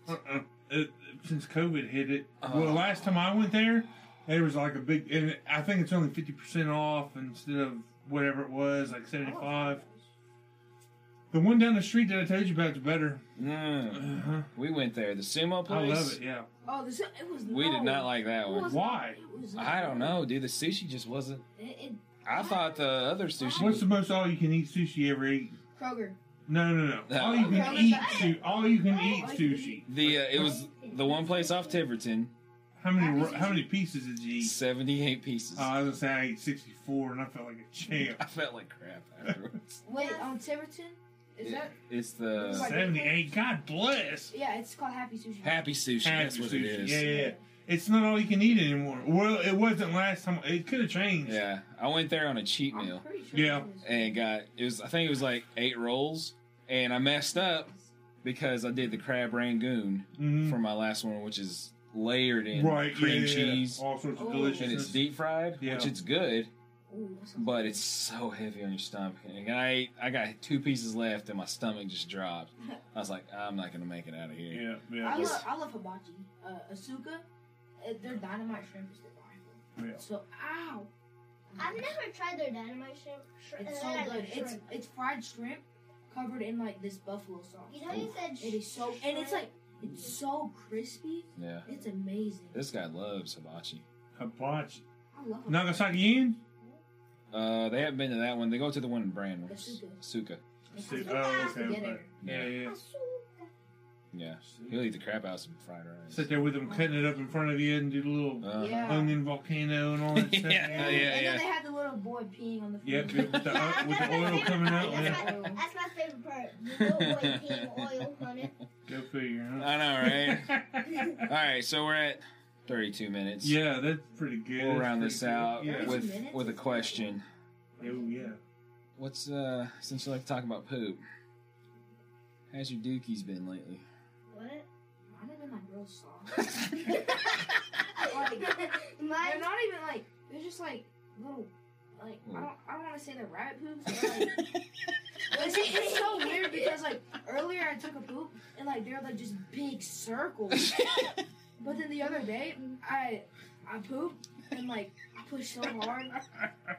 [SPEAKER 5] Uh-uh. It, since COVID hit it,
[SPEAKER 2] Oh.
[SPEAKER 5] well, last time I went there, there was like a big, and I think it's only fifty percent off instead of whatever it was, like seventy-five.
[SPEAKER 2] Oh.
[SPEAKER 5] The one down the street that I told you about is better.
[SPEAKER 2] Mm.
[SPEAKER 5] Uh-huh.
[SPEAKER 2] We went there. The sumo
[SPEAKER 5] I
[SPEAKER 2] place.
[SPEAKER 5] love it. Yeah.
[SPEAKER 4] Oh, this, it was.
[SPEAKER 2] We did not
[SPEAKER 4] no.
[SPEAKER 2] like that
[SPEAKER 4] It
[SPEAKER 2] one.
[SPEAKER 4] was-
[SPEAKER 5] Why?
[SPEAKER 4] it was
[SPEAKER 2] I
[SPEAKER 4] not-
[SPEAKER 2] don't know, dude. The sushi just wasn't.
[SPEAKER 4] It, it,
[SPEAKER 2] I thought the other sushi.
[SPEAKER 5] What's
[SPEAKER 2] Was,
[SPEAKER 5] the most all-you-can-eat sushi you ever ate?
[SPEAKER 4] Kroger.
[SPEAKER 5] No, no, no.
[SPEAKER 2] No.
[SPEAKER 5] All you can
[SPEAKER 4] Okay.
[SPEAKER 5] eat, su- all you can eat sushi.
[SPEAKER 2] the uh, it was the one place off Tiverton.
[SPEAKER 5] How many? ro- How many pieces did you eat?
[SPEAKER 2] Seventy-eight pieces.
[SPEAKER 5] Uh, I was gonna say I ate sixty-four, and I felt like a champ.
[SPEAKER 2] I felt like crap afterwards.
[SPEAKER 4] Wait, on Tiverton? Is that?
[SPEAKER 2] It's the
[SPEAKER 4] Like-
[SPEAKER 5] 78. God bless.
[SPEAKER 4] Yeah, it's called Happy Sushi.
[SPEAKER 2] Happy Sushi. that's what it is.
[SPEAKER 5] Yeah, yeah, yeah. It's not all you can eat anymore. Well, it wasn't last time. It could have changed.
[SPEAKER 2] Yeah, I went there on a cheat
[SPEAKER 4] I'm
[SPEAKER 2] meal
[SPEAKER 4] pretty sure.
[SPEAKER 5] Yeah.
[SPEAKER 4] it is.
[SPEAKER 2] and got it was I think it was like eight rolls, and I messed up because I did the crab rangoon
[SPEAKER 5] Mhm.
[SPEAKER 2] for my last one, which is layered in
[SPEAKER 5] Right. yeah,
[SPEAKER 2] cream
[SPEAKER 5] yeah, yeah.
[SPEAKER 2] cheese
[SPEAKER 5] All sorts of
[SPEAKER 4] Oh.
[SPEAKER 2] and it's
[SPEAKER 5] deliciousness.
[SPEAKER 2] deep fried,
[SPEAKER 5] Yeah.
[SPEAKER 2] which it's good,
[SPEAKER 4] Ooh, that sounds
[SPEAKER 2] but it's so heavy on your stomach. And I ate, I got two pieces left, and my stomach just dropped. I was like, I'm not gonna make it out of here.
[SPEAKER 5] Yeah, yeah.
[SPEAKER 4] I love, I love hibachi. Uh, Asuka, uh, their dynamite shrimp is delightful.
[SPEAKER 5] Yeah.
[SPEAKER 4] So, ow.
[SPEAKER 3] I've never tried their dynamite shrimp. Shri-
[SPEAKER 4] It's so
[SPEAKER 3] dynamite
[SPEAKER 4] good. It's
[SPEAKER 3] shrimp.
[SPEAKER 4] it's fried shrimp covered in like this buffalo sauce.
[SPEAKER 3] you know you said
[SPEAKER 4] It is so and it's like it's so crispy.
[SPEAKER 2] Yeah.
[SPEAKER 4] It's amazing.
[SPEAKER 2] This guy loves hibachi.
[SPEAKER 5] Hibachi.
[SPEAKER 4] I love it.
[SPEAKER 5] Nagasaki Yin?
[SPEAKER 2] Uh, they haven't been to that one. They go to the one in Brandon.
[SPEAKER 4] Asuka.
[SPEAKER 2] Suka.
[SPEAKER 4] It's
[SPEAKER 5] Oh,
[SPEAKER 4] like-
[SPEAKER 5] okay, okay.
[SPEAKER 4] Together.
[SPEAKER 5] Yeah, yeah.
[SPEAKER 3] Asuka.
[SPEAKER 2] Yeah. He'll eat the crap out of some fried rice.
[SPEAKER 5] Sit there with them cutting it up in front of you and do the little
[SPEAKER 2] Uh-huh.
[SPEAKER 4] Yeah.
[SPEAKER 5] onion volcano and all that stuff.
[SPEAKER 2] Yeah, yeah.
[SPEAKER 4] and then they had the little boy peeing on the floor.
[SPEAKER 5] Oh, Yeah, with the, with the oil coming out. Yeah.
[SPEAKER 4] Yeah.
[SPEAKER 3] That's my favorite part. The little boy peeing oil on it.
[SPEAKER 5] Go figure, huh?
[SPEAKER 2] I know, right?
[SPEAKER 5] right?
[SPEAKER 2] All right, so we're at 32 minutes.
[SPEAKER 5] yeah, that's pretty good.
[SPEAKER 2] We'll
[SPEAKER 5] That's
[SPEAKER 2] round
[SPEAKER 5] pretty
[SPEAKER 2] this
[SPEAKER 5] good.
[SPEAKER 2] out
[SPEAKER 5] Yeah.
[SPEAKER 2] with
[SPEAKER 4] 32 minutes?
[SPEAKER 2] with a question.
[SPEAKER 5] Oh, yeah.
[SPEAKER 2] What's uh since you like talking about poop? How's your dookies been lately?
[SPEAKER 3] What?
[SPEAKER 4] Mine have been like real soft. Like, they're
[SPEAKER 3] Mine.
[SPEAKER 4] not even like they're just like little like I don't I don't want to say they're rabbit poops. But, like, it's, it's so weird because like earlier I took a poop and like they're like just big circles. But then the other day I I pooped and like I pushed so hard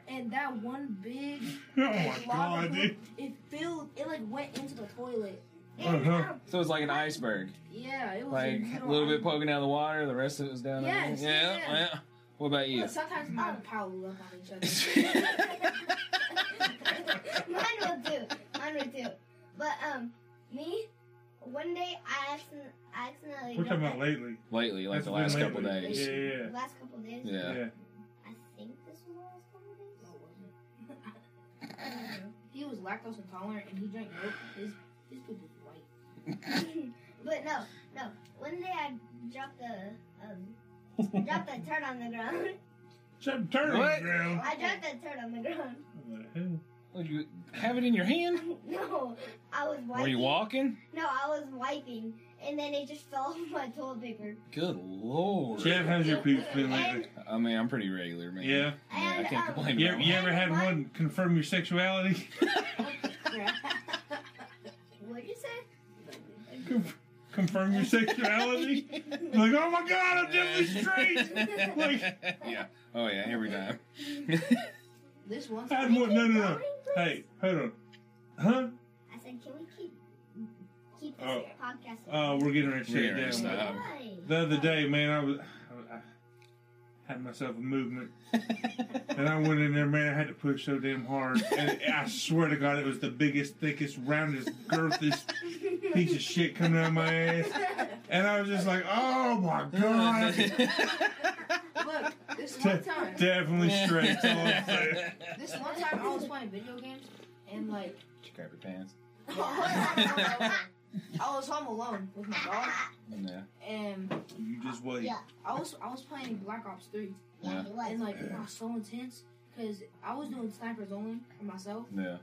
[SPEAKER 4] and that one big
[SPEAKER 5] Oh,
[SPEAKER 4] like,
[SPEAKER 5] my
[SPEAKER 4] lava
[SPEAKER 5] God,
[SPEAKER 4] poop,
[SPEAKER 5] dude.
[SPEAKER 4] it filled it like went into the toilet.
[SPEAKER 3] And,
[SPEAKER 5] Uh-huh.
[SPEAKER 3] um,
[SPEAKER 2] so it's like an iceberg,
[SPEAKER 4] Yeah, it was
[SPEAKER 2] like a little bit poking out of the water, the rest of it was down
[SPEAKER 4] Yes,
[SPEAKER 2] there. Yeah,
[SPEAKER 4] yes.
[SPEAKER 2] yeah. What about you?
[SPEAKER 4] Look, sometimes mine and Powell look on each other.
[SPEAKER 3] Mine will do. Mine will do. But um, me, one day I accident- I accidentally.
[SPEAKER 5] We're
[SPEAKER 3] done
[SPEAKER 5] talking about
[SPEAKER 3] that
[SPEAKER 5] lately.
[SPEAKER 2] lately, like
[SPEAKER 5] That's
[SPEAKER 2] the last
[SPEAKER 5] been
[SPEAKER 2] couple
[SPEAKER 5] lately.
[SPEAKER 2] days.
[SPEAKER 5] Yeah,
[SPEAKER 3] last couple days.
[SPEAKER 2] Yeah.
[SPEAKER 5] yeah, yeah.
[SPEAKER 3] I think this was the last couple days.
[SPEAKER 4] he was lactose intolerant and he drank milk. His his poop was white.
[SPEAKER 3] but no, no. One day I dropped a um, dropped a turd on the ground.
[SPEAKER 5] Some turtles
[SPEAKER 2] What?
[SPEAKER 5] ground.
[SPEAKER 3] I dropped a turd on the ground.
[SPEAKER 5] What the hell?
[SPEAKER 2] What, you have it in your hand?
[SPEAKER 3] no, I was wiping.
[SPEAKER 2] Were you walking?
[SPEAKER 3] No, I was wiping, and then it just fell off my toilet paper.
[SPEAKER 2] Good lord.
[SPEAKER 5] Jeff, how's your poops been
[SPEAKER 3] And,
[SPEAKER 5] lately?
[SPEAKER 2] I mean, I'm pretty regular, man.
[SPEAKER 5] Yeah.
[SPEAKER 2] Yeah, I
[SPEAKER 3] and
[SPEAKER 2] can't
[SPEAKER 3] um,
[SPEAKER 2] complain
[SPEAKER 5] You,
[SPEAKER 2] about
[SPEAKER 5] you
[SPEAKER 2] mine.
[SPEAKER 5] ever had
[SPEAKER 3] Mine-
[SPEAKER 5] one confirm your sexuality?
[SPEAKER 4] Crap.
[SPEAKER 3] what'd you say?
[SPEAKER 5] Conf- confirm your sexuality? like, oh my god, I'm definitely straight. Like,
[SPEAKER 2] yeah. Oh yeah. Every time.
[SPEAKER 4] this one's
[SPEAKER 5] I had one. No, no, no. Hey, hold on. Huh?
[SPEAKER 3] I said, can we keep keep this
[SPEAKER 5] Oh.
[SPEAKER 3] podcast?
[SPEAKER 5] Oh, we're getting ready to
[SPEAKER 2] We're getting
[SPEAKER 5] shut
[SPEAKER 2] ready
[SPEAKER 5] it
[SPEAKER 2] to
[SPEAKER 5] down.
[SPEAKER 2] stop.
[SPEAKER 3] Why?
[SPEAKER 5] The other day, man, I was. I had myself a movement. and I went in there, man. I had to push so damn hard. And I swear to God, it was the biggest, thickest, roundest, girthiest piece of shit coming out of my ass. And I was just like, oh my God.
[SPEAKER 4] Look, this one time,
[SPEAKER 5] Definitely straight. that's all I'm saying.
[SPEAKER 4] this one time I was playing video games and like
[SPEAKER 2] Grab your pants.
[SPEAKER 4] I was home alone with my dog
[SPEAKER 2] Yeah.
[SPEAKER 4] and
[SPEAKER 5] You just wait.
[SPEAKER 3] Yeah.
[SPEAKER 4] I was I was playing Black Ops Three
[SPEAKER 3] Yeah, he was.
[SPEAKER 4] and like it was so intense because I was doing snipers only for myself
[SPEAKER 2] Yeah.
[SPEAKER 4] and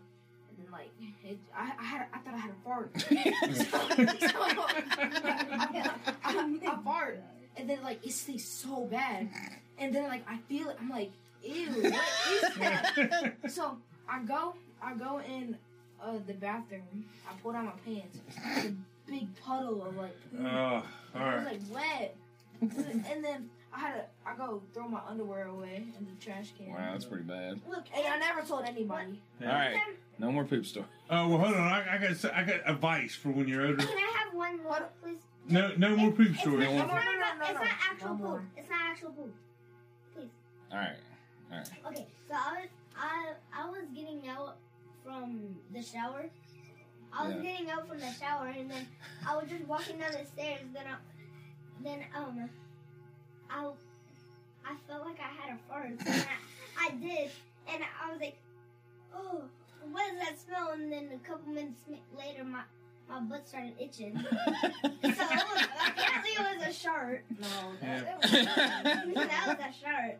[SPEAKER 4] then like it, I I had I thought I had a fart so, I, I fart and then like it stinks so bad and then like I feel it I'm like ew what is that So I go, I go in uh, the bathroom. I pull down my pants. It's a big puddle of like, poo.
[SPEAKER 5] oh, all
[SPEAKER 4] it was
[SPEAKER 5] right.
[SPEAKER 4] like wet. and then I had to, I go throw my underwear away in the trash can.
[SPEAKER 2] Wow, that's pretty bad.
[SPEAKER 3] Look,
[SPEAKER 4] And I never told anybody.
[SPEAKER 2] All right, no more poop story.
[SPEAKER 5] Oh well, hold on. I, I got s- I got advice for when you're older.
[SPEAKER 3] Can I have one more,
[SPEAKER 4] What?
[SPEAKER 3] please?
[SPEAKER 5] No, no more poop story.
[SPEAKER 3] It's not,
[SPEAKER 4] No, no,
[SPEAKER 3] about,
[SPEAKER 4] no,
[SPEAKER 3] it's
[SPEAKER 4] no.
[SPEAKER 3] not actual
[SPEAKER 4] No
[SPEAKER 3] poop.
[SPEAKER 4] more.
[SPEAKER 3] It's not actual poop. Please.
[SPEAKER 2] All right.
[SPEAKER 3] Okay, so I was I, I was getting out from the shower. I was
[SPEAKER 2] Yeah.
[SPEAKER 3] getting out from the shower, and then I was just walking down the stairs. Then I, then um, I I felt like I had a fart. And I, I did, and I was like, oh, what is that smell? And then a couple minutes ma- later, my my butt started itching. so it was, apparently, it was a shark.
[SPEAKER 4] No, that,
[SPEAKER 5] Yeah.
[SPEAKER 3] that was a shark.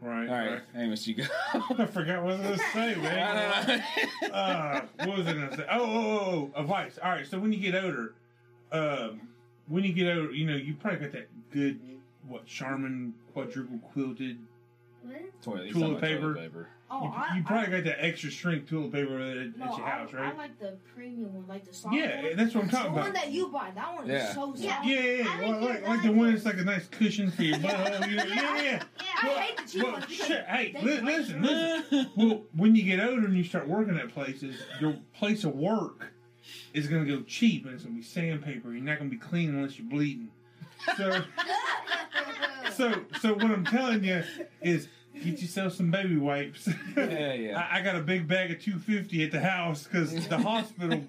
[SPEAKER 5] Right,
[SPEAKER 2] All right,
[SPEAKER 5] right.
[SPEAKER 2] Amos, you go.
[SPEAKER 5] I forgot what I was gonna say, man. uh, what was I gonna say? Oh, oh, oh, oh, advice. All right. So when you get older, um, when you get older, you know you probably got that good what Charmin quadruple quilted.
[SPEAKER 3] What?
[SPEAKER 2] Toilet, he's
[SPEAKER 5] Toilet
[SPEAKER 2] talking about
[SPEAKER 5] paper.
[SPEAKER 4] oh,
[SPEAKER 5] you,
[SPEAKER 4] I,
[SPEAKER 5] you
[SPEAKER 4] I,
[SPEAKER 5] probably got that extra string toilet paper at, at
[SPEAKER 4] no,
[SPEAKER 5] your house,
[SPEAKER 4] I,
[SPEAKER 5] right?
[SPEAKER 4] I like the premium one, like the soft
[SPEAKER 5] yeah,
[SPEAKER 4] one.
[SPEAKER 5] that's what I'm
[SPEAKER 4] the
[SPEAKER 5] talking
[SPEAKER 4] one
[SPEAKER 5] about.
[SPEAKER 4] that you buy, that one
[SPEAKER 2] Yeah.
[SPEAKER 4] is so soft.
[SPEAKER 3] Yeah.
[SPEAKER 5] yeah, yeah,
[SPEAKER 3] I
[SPEAKER 5] yeah.
[SPEAKER 3] like
[SPEAKER 5] Well,
[SPEAKER 3] it,
[SPEAKER 5] like,
[SPEAKER 3] I
[SPEAKER 5] like the
[SPEAKER 3] like
[SPEAKER 5] one
[SPEAKER 3] it.
[SPEAKER 5] that's like a nice cushion for your butthole. you know? Yeah, yeah.
[SPEAKER 4] I
[SPEAKER 5] Well,
[SPEAKER 4] hate the cheap
[SPEAKER 5] well,
[SPEAKER 4] ones because
[SPEAKER 5] shit, hey,
[SPEAKER 4] they
[SPEAKER 5] li-
[SPEAKER 4] break
[SPEAKER 5] listen,
[SPEAKER 4] through.
[SPEAKER 5] listen. Well, when you get older and you start working at places, your place of work is going to go cheap and it's going to be sandpaper. You're not going to be clean unless you're bleeding. So, so, so what I'm telling you is get yourself some baby wipes.
[SPEAKER 2] yeah, yeah.
[SPEAKER 5] I, I got a big bag of 250 at the house because the hospital,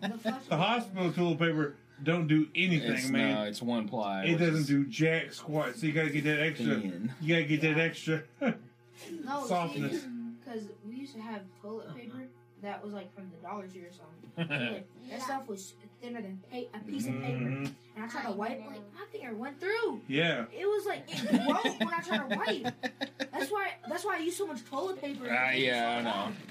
[SPEAKER 5] the hospital toilet paper don't do anything,
[SPEAKER 2] It's,
[SPEAKER 5] man.
[SPEAKER 2] no, it's one ply.
[SPEAKER 5] It
[SPEAKER 2] which
[SPEAKER 5] doesn't
[SPEAKER 2] is
[SPEAKER 5] do jack squat, so you gotta get that extra.
[SPEAKER 2] thin.
[SPEAKER 5] You gotta get that extra.
[SPEAKER 4] No,
[SPEAKER 5] Softness.
[SPEAKER 4] Because we used to have
[SPEAKER 2] Uh-huh.
[SPEAKER 4] toilet paper that was like from the Dollar Tree or something. Like, that stuff was thinner than pa- a piece of paper.
[SPEAKER 5] Mhm.
[SPEAKER 4] And I tried to wipe, like my finger went through.
[SPEAKER 5] Yeah.
[SPEAKER 4] It was like it broke when I tried to wipe. That's why. That's why I use so much toilet paper.
[SPEAKER 2] Ah, yeah, I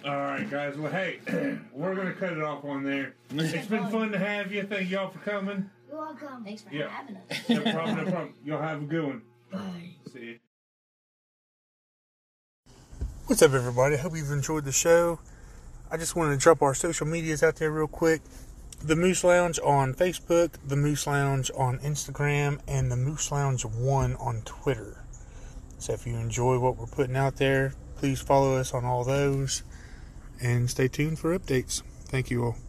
[SPEAKER 2] know.
[SPEAKER 5] All right, guys. Well, hey, we're gonna cut it off on there. It's been fun to have you. Thank y'all for coming.
[SPEAKER 3] You're welcome.
[SPEAKER 4] Thanks for
[SPEAKER 5] Yeah.
[SPEAKER 4] having us.
[SPEAKER 5] No problem. No problem. Y'all have a good one. See ya.
[SPEAKER 1] What's up, everybody? Hope you've enjoyed the show. I just wanted to drop our social medias out there real quick. The Moose Lounge on Facebook, The Moose Lounge on Instagram, and The Moose Lounge 1 on Twitter. So if you enjoy what we're putting out there, please follow us on all those and stay tuned for updates. Thank you all.